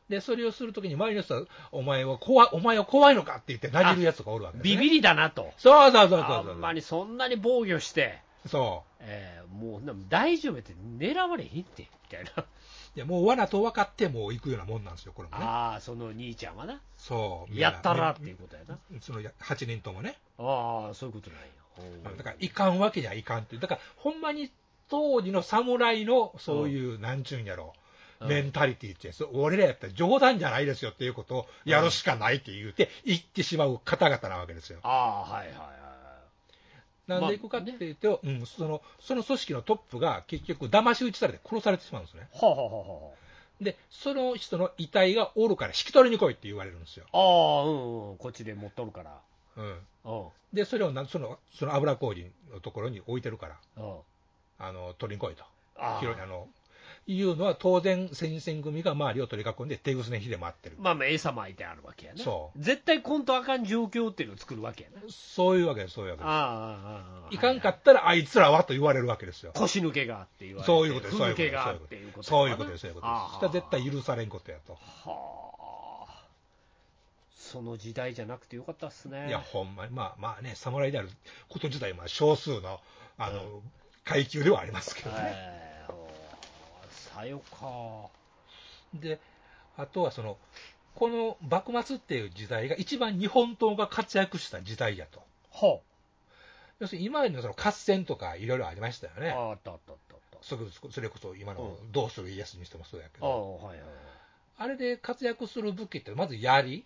[SPEAKER 2] で、それをするときに周りの人は、お前は怖い、お前は怖いのかって言って、なじるやつがおるわけです、ね。
[SPEAKER 3] ビビりだなと。
[SPEAKER 2] そうそうそうそう
[SPEAKER 3] あ
[SPEAKER 2] そ
[SPEAKER 3] ん
[SPEAKER 2] う
[SPEAKER 3] まりそんなに防御して、
[SPEAKER 2] そ
[SPEAKER 3] えー、もうな大丈夫やって狙われへんって、みたいな。
[SPEAKER 2] う。いや、もう罠と分かって、もう行くようなもんなんですよ、これもね。
[SPEAKER 3] ああ、その兄ちゃんはな、
[SPEAKER 2] そう。みんな
[SPEAKER 3] やったらっていうことやな。
[SPEAKER 2] そのや8人ともね。
[SPEAKER 3] ああ、そういうことなんや。ほう
[SPEAKER 2] だから、いかんわけにはいかんっていう。だから、ほんまに当時の侍の、そういう、なんちゅうんやろ
[SPEAKER 3] う
[SPEAKER 2] う、
[SPEAKER 3] ん
[SPEAKER 2] メンタリティって、そう俺らやったら冗談じゃないですよっていうことをやるしかないって言うて、言ってしまう方々なわけですよ。
[SPEAKER 3] ああ、はいはいはい。
[SPEAKER 2] なんで行くかっていうと、うん、そのその組織のトップが結局、騙し討ちされて殺されてしまうんですね。
[SPEAKER 3] はあ、はあはあは
[SPEAKER 2] で、その人の遺体がおるから引き取りに来いって言われるんですよ。
[SPEAKER 3] あ、ああ、うん、うん、こっちで持っとるから。
[SPEAKER 2] うん、
[SPEAKER 3] うん、
[SPEAKER 2] で、それをなそのその油工事のところに置いてるから、
[SPEAKER 3] うん。
[SPEAKER 2] あの取りに来いと。
[SPEAKER 3] あ
[SPEAKER 2] 広いあ
[SPEAKER 3] あ
[SPEAKER 2] のいうのは当然、先人組が周りを取り囲んで手ぐすねひで待ってる、
[SPEAKER 3] まあまあ、餌巻いてあるわけやね。
[SPEAKER 2] そう
[SPEAKER 3] 絶対コントあかん状況っていうのを作るわけやな。
[SPEAKER 2] そういうわけです、そういうわけ
[SPEAKER 3] あ
[SPEAKER 2] で
[SPEAKER 3] あああ、ああ。
[SPEAKER 2] す。いかんかったら、あいつらはと言われるわけですよ。
[SPEAKER 3] 腰抜けがって言われて、
[SPEAKER 2] そういうことです、
[SPEAKER 3] ふ
[SPEAKER 2] そうい
[SPEAKER 3] 抜
[SPEAKER 2] うこと
[SPEAKER 3] け
[SPEAKER 2] です
[SPEAKER 3] がっていうこと、
[SPEAKER 2] そういうことです、そういうことです。そ
[SPEAKER 3] ああ
[SPEAKER 2] したら絶対許されんことやと。
[SPEAKER 3] はあ、その時代じゃなくてよかったっすね。
[SPEAKER 2] いや、ほんまに、まあまあね、侍であること自体、まあ少数のあの、階級ではありますけどね。
[SPEAKER 3] えーおーさよか。
[SPEAKER 2] で、あとはその、この幕末っていう時代が一番日本刀が活躍した時代やと。
[SPEAKER 3] は
[SPEAKER 2] 要するに今までのその合戦とかいろいろありましたよ
[SPEAKER 3] あ、
[SPEAKER 2] ね。
[SPEAKER 3] あったあったあったあった。
[SPEAKER 2] それこそそれこそ今の
[SPEAKER 3] う
[SPEAKER 2] どうする家康にしてもそうやけ
[SPEAKER 3] あ
[SPEAKER 2] ど、
[SPEAKER 3] あ、はいはいはい。
[SPEAKER 2] あれで活躍する武器って、まず槍、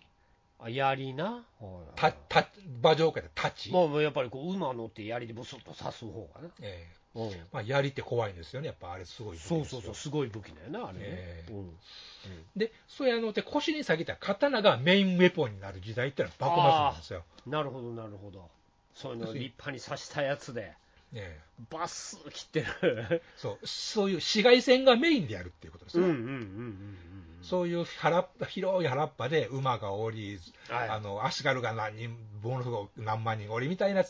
[SPEAKER 3] あ槍な、はいはいはい
[SPEAKER 2] たた馬上界で太刀、
[SPEAKER 3] まあまあ、やっぱりこう馬乗って槍でブスッと刺す方がね、
[SPEAKER 2] ええ
[SPEAKER 3] うん、
[SPEAKER 2] まあ、槍って怖いんですよね、やっぱあれすごい武器です
[SPEAKER 3] そ
[SPEAKER 2] よ
[SPEAKER 3] うそうそう、すごい武器だよな、あれね。
[SPEAKER 2] ええ
[SPEAKER 3] うん
[SPEAKER 2] で、そうやのって腰に下げた刀がメインウェポンになる時代ってのは幕末なんですよ。
[SPEAKER 3] なるほど、なるほど、そういうのを立派に刺したやつで、
[SPEAKER 2] ええ
[SPEAKER 3] バッスー切ってる、
[SPEAKER 2] そうそういう紫外線がメインでやるっていうことで す
[SPEAKER 3] うん
[SPEAKER 2] ね。
[SPEAKER 3] うんうんうんうん、
[SPEAKER 2] そういう腹っぱ広い原っぱで馬がおり、
[SPEAKER 3] はい
[SPEAKER 2] あの足軽が何人、ものすごく何万人おりみたいな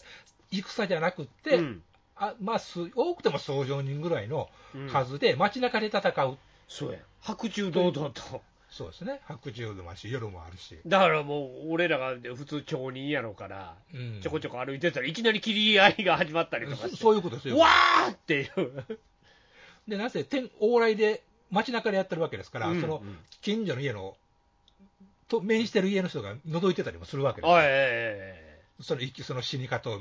[SPEAKER 2] 戦じゃなくって、
[SPEAKER 3] うん
[SPEAKER 2] あまあ、数多くても数十人ぐらいの
[SPEAKER 3] うん
[SPEAKER 2] 数で街中で戦う、
[SPEAKER 3] そうや、白昼堂々と、
[SPEAKER 2] そうですね、白昼でもあるし、夜もあるし、
[SPEAKER 3] だからもう、俺らが普通、町人やろから、
[SPEAKER 2] うん
[SPEAKER 3] ちょこちょこ歩いてたらいきなり切り合いが始まったりとか
[SPEAKER 2] そ
[SPEAKER 3] して、
[SPEAKER 2] そういうことですよ
[SPEAKER 3] わーっていう。
[SPEAKER 2] でなぜ天往来で街中でやってるわけですから、
[SPEAKER 3] うん
[SPEAKER 2] そ
[SPEAKER 3] う
[SPEAKER 2] の
[SPEAKER 3] ん
[SPEAKER 2] 近所の家のと面してる家の人が覗いてたりもするわけですよ
[SPEAKER 3] あえ
[SPEAKER 2] その息その死に方を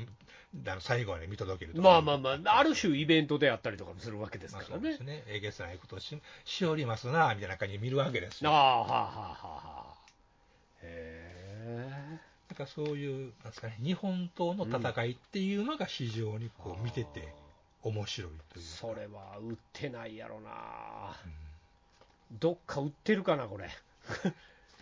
[SPEAKER 2] あの最後まで見届ける
[SPEAKER 3] え
[SPEAKER 2] とか
[SPEAKER 3] まあまあまあ、ある種イベントであったりとかもするわけです
[SPEAKER 2] ま
[SPEAKER 3] か
[SPEAKER 2] あそ
[SPEAKER 3] ら
[SPEAKER 2] うで
[SPEAKER 3] ね
[SPEAKER 2] す。ね、えげつないことをししおりますなみたいな感じに見るわけです
[SPEAKER 3] ああ、
[SPEAKER 2] よ。
[SPEAKER 3] はあはあはあはあ。へ
[SPEAKER 2] だからそういうなんですか、ね、日本刀の戦いっていうのが非常にこう見てて面白い
[SPEAKER 3] え。
[SPEAKER 2] という、
[SPEAKER 3] それは売ってないやろな。どっか売ってるかな、これ。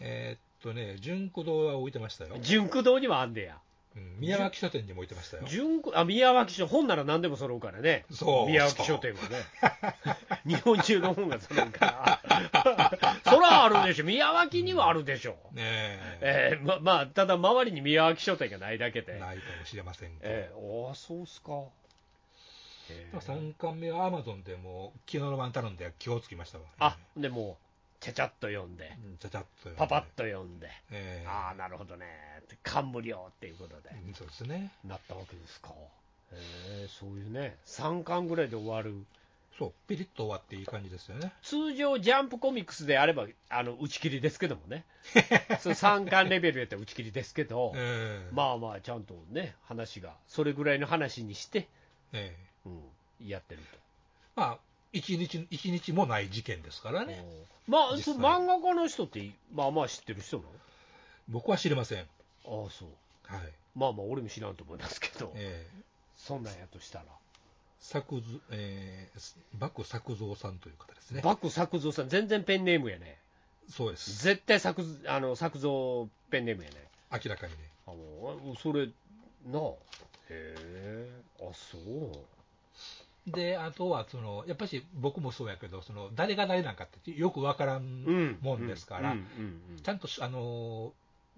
[SPEAKER 2] えーっとね、純駆堂は置いてましたよ、
[SPEAKER 3] 純駆堂にはあんねや。
[SPEAKER 2] うん宮脇書店にも置いてましたよ、
[SPEAKER 3] 純駆あ宮脇書、本なら何でも揃うからね。
[SPEAKER 2] そう
[SPEAKER 3] 宮脇書店は ね。日本中の本が揃うから。 そらあるでしょ。宮脇にはあるでしょ。
[SPEAKER 2] ねえ
[SPEAKER 3] ええままあ、ただ周りに宮脇書店がないだけで。
[SPEAKER 2] ないかもしれませんが、
[SPEAKER 3] ええああ、そうっすか。ええ
[SPEAKER 2] 3巻目はアマゾンでもう昨日の晩頼んで、気をつきましたわ、
[SPEAKER 3] あ、でもう、ちゃちゃっと読んで
[SPEAKER 2] う、ん、ちゃちゃっと、
[SPEAKER 3] パパッと読んで、
[SPEAKER 2] ええ
[SPEAKER 3] ああ、なるほどね、って感無量っていうことで、
[SPEAKER 2] うんそうですね、
[SPEAKER 3] なったわけですか。へえそういうね、3巻ぐらいで終わる。
[SPEAKER 2] そう、ピリッと終わっていい感じですよね。
[SPEAKER 3] 通常、ジャンプコミックスであれば、あの、打ち切りですけども ね。その3巻レベルやったら打ち切りですけど、
[SPEAKER 2] ええ
[SPEAKER 3] まあまあ、ちゃんとね、話が、それぐらいの話にして、
[SPEAKER 2] え
[SPEAKER 3] う
[SPEAKER 2] え
[SPEAKER 3] ん、やってると。
[SPEAKER 2] まあ、一日、一日もない事件ですからね。
[SPEAKER 3] まあ、
[SPEAKER 2] 実
[SPEAKER 3] そ
[SPEAKER 2] 際
[SPEAKER 3] う漫画家の人って、まあまあ知ってる人な
[SPEAKER 2] 僕は知りません。
[SPEAKER 3] のああ、そう。
[SPEAKER 2] はい。
[SPEAKER 3] まあまあ、俺も知らんと思いますけど、
[SPEAKER 2] ええ
[SPEAKER 3] そんなんやとしたら、
[SPEAKER 2] 作図、ええ幕作造さんという方ですね。
[SPEAKER 3] バック作造さん、全然ペンネームやね、
[SPEAKER 2] そうです。
[SPEAKER 3] 絶対作あの作造ペンネームやね、
[SPEAKER 2] 明らかにね。
[SPEAKER 3] あもうあそれ、なあ、へえ、あ、そう。
[SPEAKER 2] で、あとは、その、やっぱし僕もそうやけど、その、誰が誰なんかってよくわからんもんですから、
[SPEAKER 3] うんうんうん
[SPEAKER 2] ちゃんとし、あのー、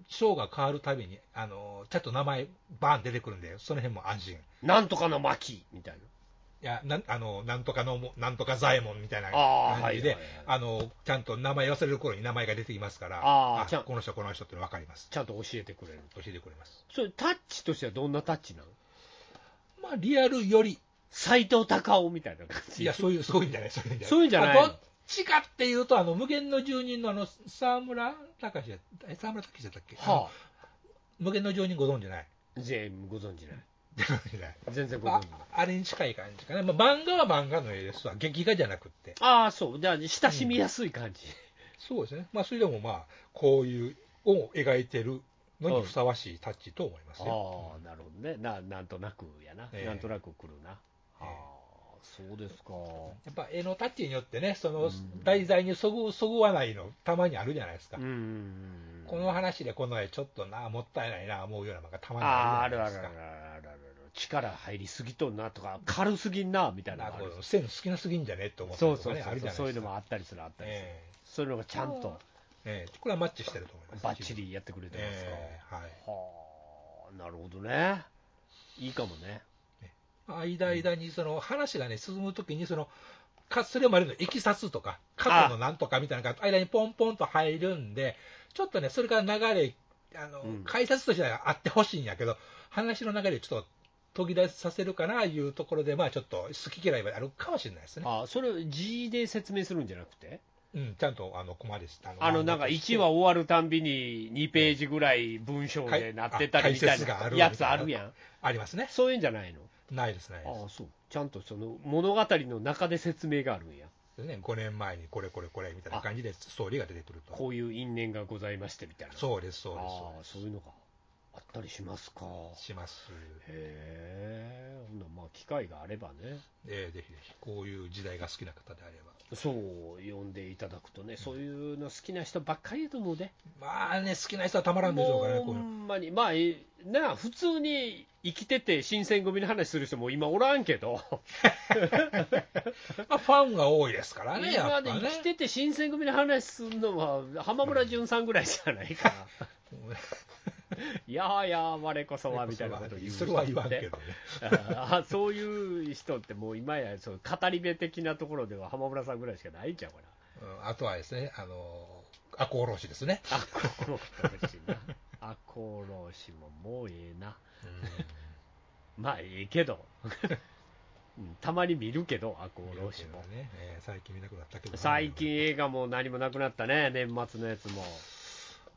[SPEAKER 2] 章が変わるたびに、あのー、ちゃんと名前、バーン出てくるんで、その辺も安心。
[SPEAKER 3] なんとかの巻みたい
[SPEAKER 2] いや、なん、あの、なんとかのも、なんとか左衛門みたいな
[SPEAKER 3] あー
[SPEAKER 2] 感じで、
[SPEAKER 3] はいはいはい
[SPEAKER 2] あの、ちゃんと名前忘れる頃に名前が出てきますから、
[SPEAKER 3] あーちゃん
[SPEAKER 2] この人、この人っての分かります。
[SPEAKER 3] ちゃんと教えてくれる。
[SPEAKER 2] 教えてくれます。
[SPEAKER 3] それ、タッチとしてはどんなタッチなの
[SPEAKER 2] まあ、リアルより、
[SPEAKER 3] 斎藤隆夫みたいな感じ。
[SPEAKER 2] いや、そういう、そういうんじゃない、そういうんじゃない。
[SPEAKER 3] そういうんじゃない
[SPEAKER 2] まあどっちかっていうと、あの、無限の住人のあの、沢村隆や、え沢村隆だったっけ、
[SPEAKER 3] は
[SPEAKER 2] あの無限の住人ご存じない。
[SPEAKER 3] あ、全ご存知ない。
[SPEAKER 2] ご存じない。
[SPEAKER 3] 全然ご
[SPEAKER 2] あ
[SPEAKER 3] 存知ない。
[SPEAKER 2] あれに近い感じかな。まあ、漫画は漫画の絵ですわ。劇画じゃなくって。
[SPEAKER 3] ああ、そう。じゃあ、親しみやすい感じ。
[SPEAKER 2] そうですね。まあ、それでもまあ、こういう、を描いてるのにふさわしいタッチと思い ますよ。
[SPEAKER 3] ああ、なるほどね。な、なんとなくやな。
[SPEAKER 2] ええ
[SPEAKER 3] なんとなく来るな。
[SPEAKER 2] ええ
[SPEAKER 3] ああ、そうですか。
[SPEAKER 2] やっぱ絵のタッチによってね、その
[SPEAKER 3] うん
[SPEAKER 2] 題材にそぐ、そぐわないの、たまにあるじゃないですか。
[SPEAKER 3] ん
[SPEAKER 2] この話でこの絵ちょっとな、もったいないな、思うような漫画たまに
[SPEAKER 3] ああ、
[SPEAKER 2] あ
[SPEAKER 3] あ
[SPEAKER 2] るじ
[SPEAKER 3] る
[SPEAKER 2] ゃな
[SPEAKER 3] あ
[SPEAKER 2] いで
[SPEAKER 3] る
[SPEAKER 2] す
[SPEAKER 3] あ
[SPEAKER 2] か
[SPEAKER 3] るあ。るあるある。力入りすぎとんなとか、軽すぎんな、みたいな
[SPEAKER 2] な
[SPEAKER 3] のがあ
[SPEAKER 2] こ
[SPEAKER 3] る。
[SPEAKER 2] う線好きなすぎんじゃねって思った
[SPEAKER 3] そ
[SPEAKER 2] り
[SPEAKER 3] う
[SPEAKER 2] とか
[SPEAKER 3] そう
[SPEAKER 2] ね、
[SPEAKER 3] そ
[SPEAKER 2] あ
[SPEAKER 3] う
[SPEAKER 2] る
[SPEAKER 3] そ
[SPEAKER 2] じゃ
[SPEAKER 3] う。
[SPEAKER 2] な
[SPEAKER 3] そうい
[SPEAKER 2] いですか。
[SPEAKER 3] うのもあったりする、あったりする。
[SPEAKER 2] ええ
[SPEAKER 3] そういうのがちゃんと
[SPEAKER 2] ええこれはマッチしてると思います。
[SPEAKER 3] バッチリやってくれてますか。
[SPEAKER 2] ええはい。
[SPEAKER 3] はあ、なるほどね。いいかもね。
[SPEAKER 2] 間間にその話がね進むときにそのかそれまでのいきさつとか過去のなんとかみたいなのが間にポンポンと入るんでちょっとねそれから流れあの、
[SPEAKER 3] うん
[SPEAKER 2] 解説としてはあってほしいんやけど話の流れをちょっと途切れさせるかないうところでまあちょっと好き嫌いはあるかもしれないですね、
[SPEAKER 3] ああ、それを字で説明するんじゃなくて
[SPEAKER 2] うん、ちゃんとあのコマですあの
[SPEAKER 3] あのなんか1話終わるたんびに2ページぐらい文章でなってたりみたい
[SPEAKER 2] 解説があ
[SPEAKER 3] な
[SPEAKER 2] る
[SPEAKER 3] やつあるやん、
[SPEAKER 2] ありますね
[SPEAKER 3] そういうんじゃないの、
[SPEAKER 2] ないですないで
[SPEAKER 3] ああそうちゃんとその物語の中で説明があるんや、
[SPEAKER 2] す、ね、5年前にこれこれこれみたいな感じでストーリーが出てくると
[SPEAKER 3] こういう因縁がございましてみたいな、
[SPEAKER 2] そうですそうです
[SPEAKER 3] ああ
[SPEAKER 2] そ
[SPEAKER 3] そう
[SPEAKER 2] う
[SPEAKER 3] い
[SPEAKER 2] で
[SPEAKER 3] うのがあったりしますか。
[SPEAKER 2] すします
[SPEAKER 3] へえ、ほんならまあ機会があればね、
[SPEAKER 2] えーぜひぜひ、こういう時代が好きな方であれば。
[SPEAKER 3] そう、読んでいただくとね、そういうの好きな人ばっかりだと思うね、
[SPEAKER 2] まあね、好きな人はたまらんでしょうからね、
[SPEAKER 3] も
[SPEAKER 2] こ
[SPEAKER 3] う
[SPEAKER 2] ういう
[SPEAKER 3] ほ
[SPEAKER 2] の。
[SPEAKER 3] んまに、まあ、えなあ、普通に生きてて、新選組の話する人も今おらんけど、
[SPEAKER 2] まあ、ファンが多いですから
[SPEAKER 3] 今
[SPEAKER 2] ね、や
[SPEAKER 3] ま
[SPEAKER 2] っ
[SPEAKER 3] で
[SPEAKER 2] ぱ
[SPEAKER 3] 生
[SPEAKER 2] ね。
[SPEAKER 3] き てて新選組の話するのは、浜村淳さんぐらいじゃない かな。いやーやー、我こそはみたいなこと言う
[SPEAKER 2] それは言わんけ
[SPEAKER 3] 人
[SPEAKER 2] ど
[SPEAKER 3] っ
[SPEAKER 2] ね。
[SPEAKER 3] てあーそういう人って、もう今やそう語り部的なところでは浜村さんぐらいしかないんちゃうか な。
[SPEAKER 2] うんあとはですね、あのー、赤穂浪士ですね。
[SPEAKER 3] あころしな。あころしももうええな。まあええけ ど、うんたまに見るけど、赤 穂浪士も。
[SPEAKER 2] ね、えー最近見なくなったけど。
[SPEAKER 3] 最近。映画も何もなくなったね、年末のやつも。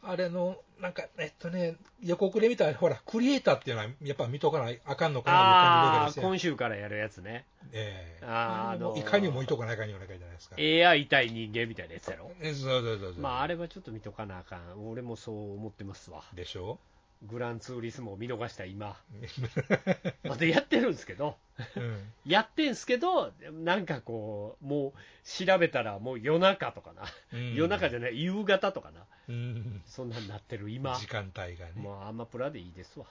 [SPEAKER 2] あれの、なんか、えっとね、予告で見たら、ほら、クリエイターっていうのは、やっぱ見とかないあかんのかな
[SPEAKER 3] あ
[SPEAKER 2] み
[SPEAKER 3] あ、
[SPEAKER 2] たいな
[SPEAKER 3] 今週からやるやつね。
[SPEAKER 2] ええ
[SPEAKER 3] あー
[SPEAKER 2] あれも
[SPEAKER 3] あのー
[SPEAKER 2] いかにも見とかないかにもいかんじゃないですか。
[SPEAKER 3] AI 対人間みたいなやつやろ。
[SPEAKER 2] えそうそうそうそう。
[SPEAKER 3] まああれはちょっと見とかなあかん。俺もそう思ってますわ。
[SPEAKER 2] でし ょ
[SPEAKER 3] グランツーリスモを見逃した今。まだやってるんですけど。
[SPEAKER 2] うん。
[SPEAKER 3] やってんすけど、なんかこう、もう調べたらもう夜中とかな、
[SPEAKER 2] うん
[SPEAKER 3] 夜中じゃない、夕方とかな、
[SPEAKER 2] うん
[SPEAKER 3] そんなんなってる今、
[SPEAKER 2] 時間帯がね、
[SPEAKER 3] もうアマプラでいいですわ。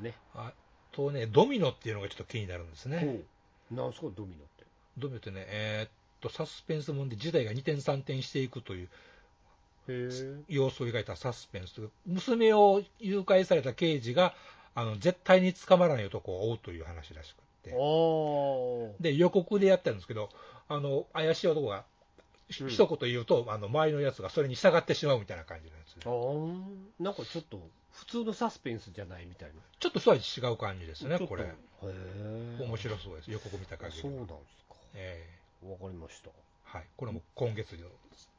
[SPEAKER 3] ね。
[SPEAKER 2] あとね、ドミノっていうのがちょっと気になるんですね、
[SPEAKER 3] うなんすか、ドミノって。
[SPEAKER 2] ドミノってね、えーっとサスペンスもんで、時代が2点、3点していくという
[SPEAKER 3] へえ。
[SPEAKER 2] 様子を描いたサスペンスという、娘を誘拐された刑事が、あの絶対に捕まらない男を追うという話らしくって、
[SPEAKER 3] おー
[SPEAKER 2] で予告でやってるんですけど、あの怪しい男がひ
[SPEAKER 3] うん
[SPEAKER 2] 一言言うと、あの周りのやつがそれに従ってしまうみたいな感じなんです
[SPEAKER 3] あ
[SPEAKER 2] ね、
[SPEAKER 3] ーなんかちょっと、普通のサスペンスじゃないみたいな。
[SPEAKER 2] ちょっとそれは違う感じですね、
[SPEAKER 3] ちょっと
[SPEAKER 2] これ
[SPEAKER 3] へ、え。
[SPEAKER 2] 面白そうです、予告見た
[SPEAKER 3] あ
[SPEAKER 2] 限り。
[SPEAKER 3] そうなんですか。
[SPEAKER 2] えー
[SPEAKER 3] わかりました。
[SPEAKER 2] はい、これも今月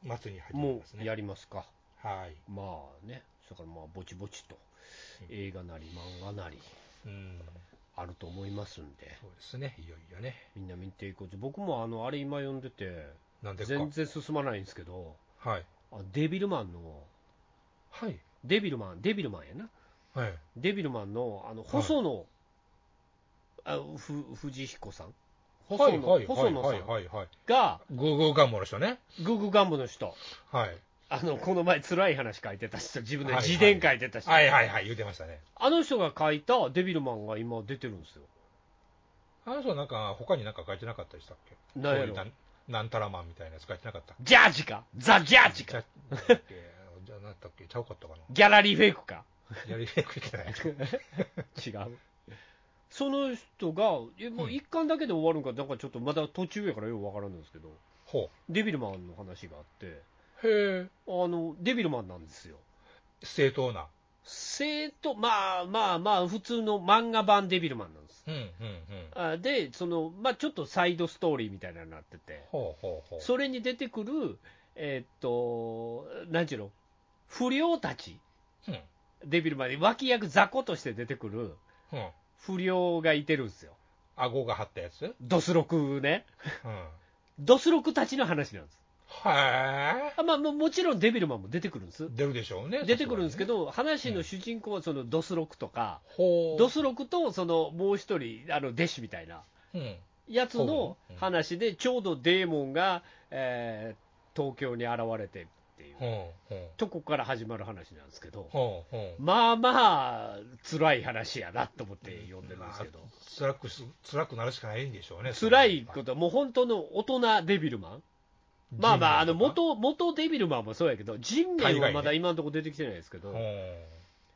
[SPEAKER 2] の末に入って
[SPEAKER 3] も
[SPEAKER 2] ます
[SPEAKER 3] う
[SPEAKER 2] ね。
[SPEAKER 3] やりますか。
[SPEAKER 2] はい、
[SPEAKER 3] まあね、それからまあ、ぼちぼちと、
[SPEAKER 2] うん
[SPEAKER 3] 映画なり漫画なり、
[SPEAKER 2] うん、
[SPEAKER 3] あると思いますんで、
[SPEAKER 2] そうですね、いよいよね。
[SPEAKER 3] みんな見ていこうと、僕もあのあれ、今読んでて、
[SPEAKER 2] なんでか。
[SPEAKER 3] 全然進まないんですけど、
[SPEAKER 2] はい。
[SPEAKER 3] あデビルマンの、
[SPEAKER 2] はい。
[SPEAKER 3] デビルマン、デビルマンやな、
[SPEAKER 2] はい。
[SPEAKER 3] デビルマンの、あの細野、あふ藤彦さん、
[SPEAKER 2] は
[SPEAKER 3] 細
[SPEAKER 2] い、
[SPEAKER 3] 野,、
[SPEAKER 2] はい、
[SPEAKER 3] 細野さ
[SPEAKER 2] はい、
[SPEAKER 3] ん
[SPEAKER 2] はい、はい。
[SPEAKER 3] が、
[SPEAKER 2] グーグーガンモの人ね。
[SPEAKER 3] グーグーガンボの人、
[SPEAKER 2] はい。
[SPEAKER 3] あの、この前辛い話書いてた人、自分で
[SPEAKER 2] はいはい
[SPEAKER 3] 自伝書いてた人。
[SPEAKER 2] はいはいはい、言うてましたね。
[SPEAKER 3] あの人が書いたデビルマンが今出てるんですよ。
[SPEAKER 2] あの人なんか、他になんか書いてなかったでしたっけ
[SPEAKER 3] なんやろ
[SPEAKER 2] そういうななんたらマンみたいなやつ書いてなかった。
[SPEAKER 3] ジャージかザ・ジャージ
[SPEAKER 2] じゃ
[SPEAKER 3] か、
[SPEAKER 2] なんだっけじゃあ、なんだったっけちゃうかったかな
[SPEAKER 3] ギャラリーフェイクか
[SPEAKER 2] やりにくい じゃない
[SPEAKER 3] 違う。その人が、えもう一巻だけで終わるんか、なんかちょっとまだ途中やからよくわからんんですけど、
[SPEAKER 2] ほ
[SPEAKER 3] デビルマンの話があって、
[SPEAKER 2] う。へえ。
[SPEAKER 3] あの、デビルマンなんですよ。
[SPEAKER 2] 正当な。
[SPEAKER 3] 生徒、まあまあまあ、普通の漫画版デビルマンなんです。
[SPEAKER 2] うんうんうん。
[SPEAKER 3] あで、その、まあちょっとサイドストーリーみたいなのになってて、
[SPEAKER 2] ほうほうほう。
[SPEAKER 3] それに出てくる、えっと、なんちゅうの、不良たち、
[SPEAKER 2] うん。
[SPEAKER 3] デビルマンで脇役雑魚として出てくる
[SPEAKER 2] うん。
[SPEAKER 3] 不良がいてるんですよ。
[SPEAKER 2] 顎が張ったやつうん。
[SPEAKER 3] ドスロクね。ドスロクたちの話なんです。
[SPEAKER 2] は
[SPEAKER 3] あまあ、ももちろんデビルマンも出てくるんです
[SPEAKER 2] い。。出るでしょうね。
[SPEAKER 3] 出てくるんですけ
[SPEAKER 2] ど、
[SPEAKER 3] ど、話の主人公はそのドスロクとか、
[SPEAKER 2] ほう。
[SPEAKER 3] ドスロクとそのもう一人、あの弟子みたいな
[SPEAKER 2] うん。
[SPEAKER 3] やつの
[SPEAKER 2] そうねうん
[SPEAKER 3] 話で、ちょうどデーモンが、えー東京に現れてっていう
[SPEAKER 2] ほうほう。
[SPEAKER 3] とこから始まる話なんですけど、
[SPEAKER 2] ほうほう。
[SPEAKER 3] まあまあ、辛い話やなと思って読んでるんですけど、
[SPEAKER 2] 辛くし、辛くなるしかないんでしょうね。
[SPEAKER 3] 辛いこと、もう本当の大人デビルマン、まあまあ、あの元元デビルマンもそうやけど、人面はまだ今のところ出てきてないですけど、
[SPEAKER 2] ほう。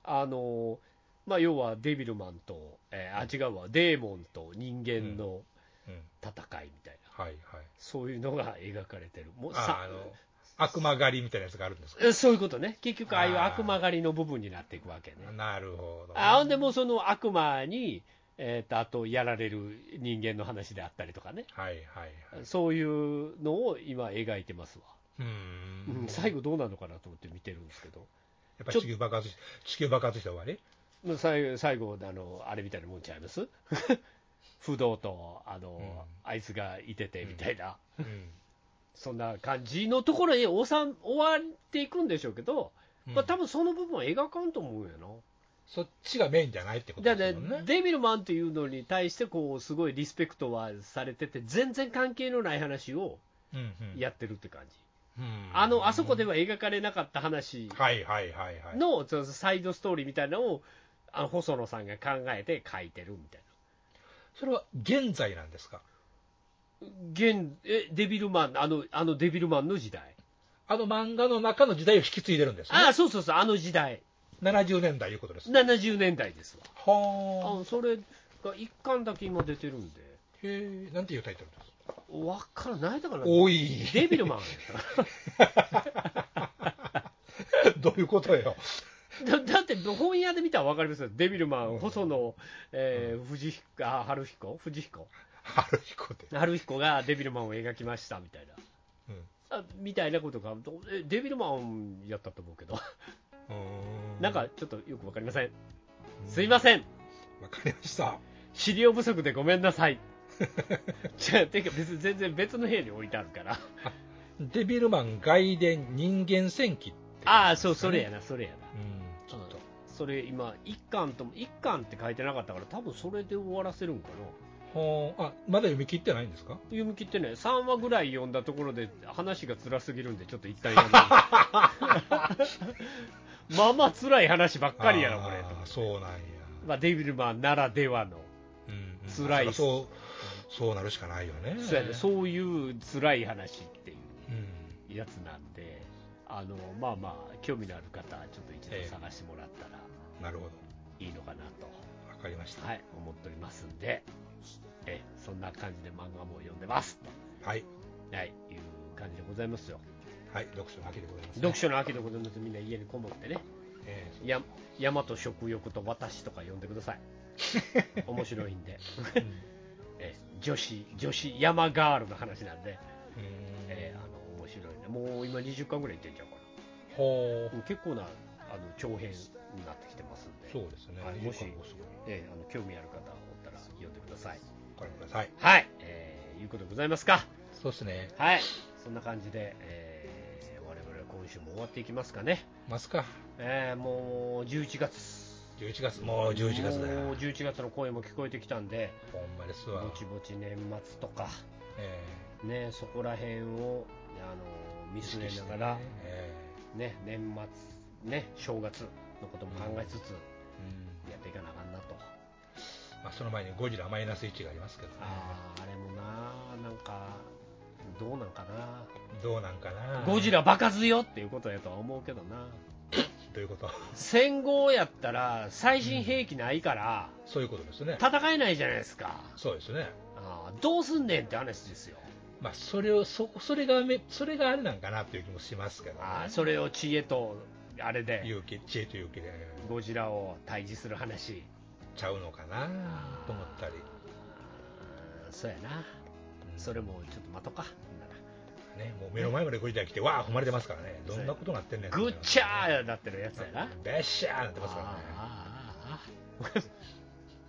[SPEAKER 3] あのまあ、要はデビルマンと、えーあ違うわ、デーモンと人間の
[SPEAKER 2] うん。
[SPEAKER 3] 戦いみたいな、
[SPEAKER 2] はいはい。
[SPEAKER 3] そういうのが描かれてる、もう
[SPEAKER 2] あ
[SPEAKER 3] さ
[SPEAKER 2] あの、悪魔狩りみたいなやつがあるんですか
[SPEAKER 3] えそういうことね、結局、ああいう
[SPEAKER 2] あー
[SPEAKER 3] 悪魔狩りの部分になっていくわけね。
[SPEAKER 2] なるほど。
[SPEAKER 3] あほんでもうその悪魔に、えー、とあとやられる人間の話であったりとかね、
[SPEAKER 2] はいはいはい。
[SPEAKER 3] そういうのを今、描いてますわ、
[SPEAKER 2] う
[SPEAKER 3] うん
[SPEAKER 2] ん。
[SPEAKER 3] 最後どうなるのかなと思って見てるんですけど、
[SPEAKER 2] やっぱり地球爆発し、地球爆発して終わり
[SPEAKER 3] もう最後、最後あの、あれみたいなもんちゃいます 不動とあの、
[SPEAKER 2] う
[SPEAKER 3] あいつがいててみたいな、
[SPEAKER 2] うん。
[SPEAKER 3] そんな感じのところへおさん終わっていくんでしょうけど、
[SPEAKER 2] うん
[SPEAKER 3] まあ多分その部分は描かんと思うよな。
[SPEAKER 2] そっちがメインじゃないってこと
[SPEAKER 3] だ
[SPEAKER 2] で
[SPEAKER 3] ね
[SPEAKER 2] すもんね。
[SPEAKER 3] デビルマンっていうのに対してこうすごいリスペクトはされてて全然関係のない話を
[SPEAKER 2] うんうん
[SPEAKER 3] やってるって感じ、
[SPEAKER 2] うん
[SPEAKER 3] あのあそこでは描かれなかった話
[SPEAKER 2] はいはいはいはい。
[SPEAKER 3] の、そのサイドストーリーみたいなのをあの細野さんが考えて書いてるみたい
[SPEAKER 2] それは現在なんですか
[SPEAKER 3] な現えデビルマンあのあのデビルマンの時代
[SPEAKER 2] あの漫画の中の時代を引き継いでるんですね。
[SPEAKER 3] ああそうそうそうあの時代
[SPEAKER 2] 70年代いうことですね。
[SPEAKER 3] 70年代ですわ
[SPEAKER 2] は
[SPEAKER 3] あそれが一巻だけ今出てるんで
[SPEAKER 2] ーへえ。なんていうタイトルですか
[SPEAKER 3] 分からないだから
[SPEAKER 2] おい。
[SPEAKER 3] デビルマン
[SPEAKER 2] どういうことよ。
[SPEAKER 3] だだって本屋で見たら分かりますよ、デビルマン、細野、えー藤彦あ春彦藤彦
[SPEAKER 2] 春彦で。
[SPEAKER 3] 春彦がデビルマンを描きましたみたいな、
[SPEAKER 2] うん。
[SPEAKER 3] あみたいなことが、どえデビルマンやったと思うけど、
[SPEAKER 2] うー
[SPEAKER 3] なんか、ちょっとよく分かりません、すい
[SPEAKER 2] せ
[SPEAKER 3] ま
[SPEAKER 2] ん。
[SPEAKER 3] せん、
[SPEAKER 2] わかりました。
[SPEAKER 3] 資料不足でごめんなさい。じゃあてか別に全然別の部屋に置いてある から、
[SPEAKER 2] デビルマン外伝人間戦記ってことですね、
[SPEAKER 3] ああ、そう、それやな、それやな。
[SPEAKER 2] うん。ちょっと。
[SPEAKER 3] それ今、一巻とも、一巻って書いてなかったから、多分それで終わらせるんかな。
[SPEAKER 2] ほーあ、まだ読み切ってないんですか
[SPEAKER 3] 読み切ってね、3話ぐらい読んだところで、話が辛すぎるんで、ちょっと一旦読んでみ てまあまあ辛い話ばっかりやな、これ
[SPEAKER 2] あ
[SPEAKER 3] と
[SPEAKER 2] ー
[SPEAKER 3] 思って。
[SPEAKER 2] そうなんや。
[SPEAKER 3] まあ、デビルマンならではの、
[SPEAKER 2] うんうん
[SPEAKER 3] 辛い
[SPEAKER 2] そう、そうなるしかないよね。
[SPEAKER 3] そうやねそういう辛い話ってい
[SPEAKER 2] うん。
[SPEAKER 3] うやつなんで、あのまあまあ、興味のある方、ちょっと一
[SPEAKER 2] え
[SPEAKER 3] 度
[SPEAKER 2] え
[SPEAKER 3] 探してもらったら
[SPEAKER 2] なるほど。
[SPEAKER 3] いいのかなと、
[SPEAKER 2] わかりました。
[SPEAKER 3] はい、思っておりますんで、ええそんな感じで漫画も読んでます
[SPEAKER 2] はい。
[SPEAKER 3] と、はい、いう感じでございますよ。
[SPEAKER 2] はい。読書の秋でございます、
[SPEAKER 3] 読。書の秋でございます、みんな家にこもってね。
[SPEAKER 2] ええ
[SPEAKER 3] や山と食欲と私とか呼んでくだ さい面白いんでえ女子女子山ガールの話なんで、
[SPEAKER 2] うん
[SPEAKER 3] えーあの面白いねもう今20巻ぐらいいってんちゃうか
[SPEAKER 2] ほ
[SPEAKER 3] なう
[SPEAKER 2] う。
[SPEAKER 3] ん結構なあの長編になってきてますんで
[SPEAKER 2] そうですね。
[SPEAKER 3] はい
[SPEAKER 2] 20
[SPEAKER 3] もし
[SPEAKER 2] 巻もすごい。
[SPEAKER 3] えーあの興味ある方おったら読んでください
[SPEAKER 2] ご覧ください。
[SPEAKER 3] はい、えーいうことでございますか
[SPEAKER 2] そうですね。
[SPEAKER 3] はいそんな感じで、えー我々は今週も終わっていきますかね、
[SPEAKER 2] ますか。
[SPEAKER 3] えーもう11月
[SPEAKER 2] 11月。もう11月だよ。
[SPEAKER 3] もう11月の声も聞こえてきたんで
[SPEAKER 2] ほんまです
[SPEAKER 3] ぼ
[SPEAKER 2] わ。
[SPEAKER 3] ちぼち年末とか、
[SPEAKER 2] え
[SPEAKER 3] ね、そこら辺をあの見
[SPEAKER 2] え
[SPEAKER 3] 据えながら、
[SPEAKER 2] え
[SPEAKER 3] ね、年末、ね、正月のことも考えつつ、
[SPEAKER 2] うん
[SPEAKER 3] やっていかなあかんなと。
[SPEAKER 2] まあ、その前にゴジラマイナス1がありますけどね、
[SPEAKER 3] あーあれもな、なんか、どうなんかな。
[SPEAKER 2] どうなんかな、
[SPEAKER 3] ゴジラバカ強っていうことやとは思うけどな。
[SPEAKER 2] ということ、
[SPEAKER 3] 戦後やったら、最新兵器ないから、
[SPEAKER 2] そういうことですね、
[SPEAKER 3] 戦えないじゃないですか。
[SPEAKER 2] そうですね、
[SPEAKER 3] あーどうすんねんって話ですよ。
[SPEAKER 2] まあ、それをそそれがめ、それがあれなんかなという気もしますけどね、
[SPEAKER 3] あーそれを知恵と、あれで、
[SPEAKER 2] 勇気、知恵と勇気で
[SPEAKER 3] ゴジラを退治する話。
[SPEAKER 2] ちゃうのかなと思ったり、
[SPEAKER 3] あーそうやな。それもちょっと待とうか。
[SPEAKER 2] ね、もう目の前までゴジラ来て、わあ、踏まれてますからね、どんなことなってんねん
[SPEAKER 3] ぐっちゃーなってるやつ
[SPEAKER 2] そ
[SPEAKER 3] や
[SPEAKER 2] うや
[SPEAKER 3] な
[SPEAKER 2] な。べっしゃーなってますからね、
[SPEAKER 3] あーあーあ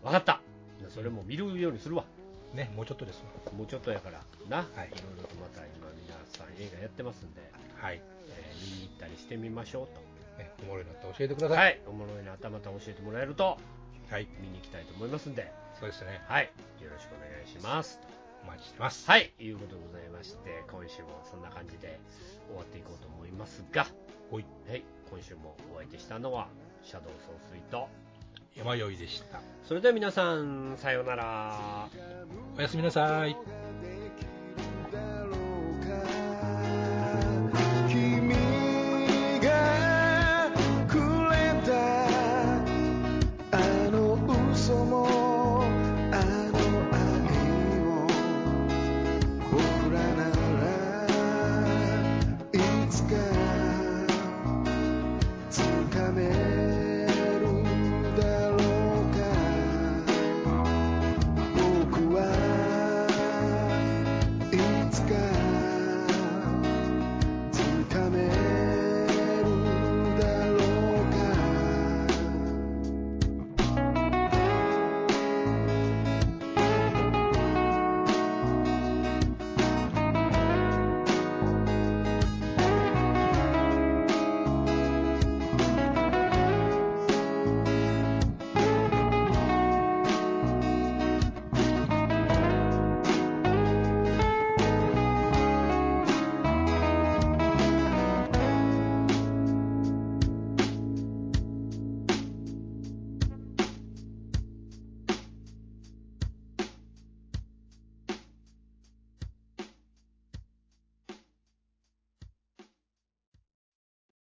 [SPEAKER 3] ーわかった。じゃあそれも見るようにするわ。
[SPEAKER 2] ねもうちょっとですわ
[SPEAKER 3] もうちょっとやからな。
[SPEAKER 2] はい
[SPEAKER 3] いろいろとまた今皆さん映画やってますんで、
[SPEAKER 2] はい、
[SPEAKER 3] えー見に行ったりしてみましょう
[SPEAKER 2] ね、おもろいなって教えてくだ
[SPEAKER 3] と。
[SPEAKER 2] さい、
[SPEAKER 3] い。おもろいな頭と教えてもらえると
[SPEAKER 2] はい、
[SPEAKER 3] 見に行きたいと思いますんで、
[SPEAKER 2] そうですね、
[SPEAKER 3] はい。よろしくお願いします。
[SPEAKER 2] お待ちしてます。
[SPEAKER 3] はい。いうことでございまして、今週もそんな感じで終わっていこうと思いますが、
[SPEAKER 2] ほい
[SPEAKER 3] はい。今週もお相手したのは、シャドウ総帥と、
[SPEAKER 2] 山よいでした。
[SPEAKER 3] それでは皆さん、さようなら。
[SPEAKER 2] おやすみなさい。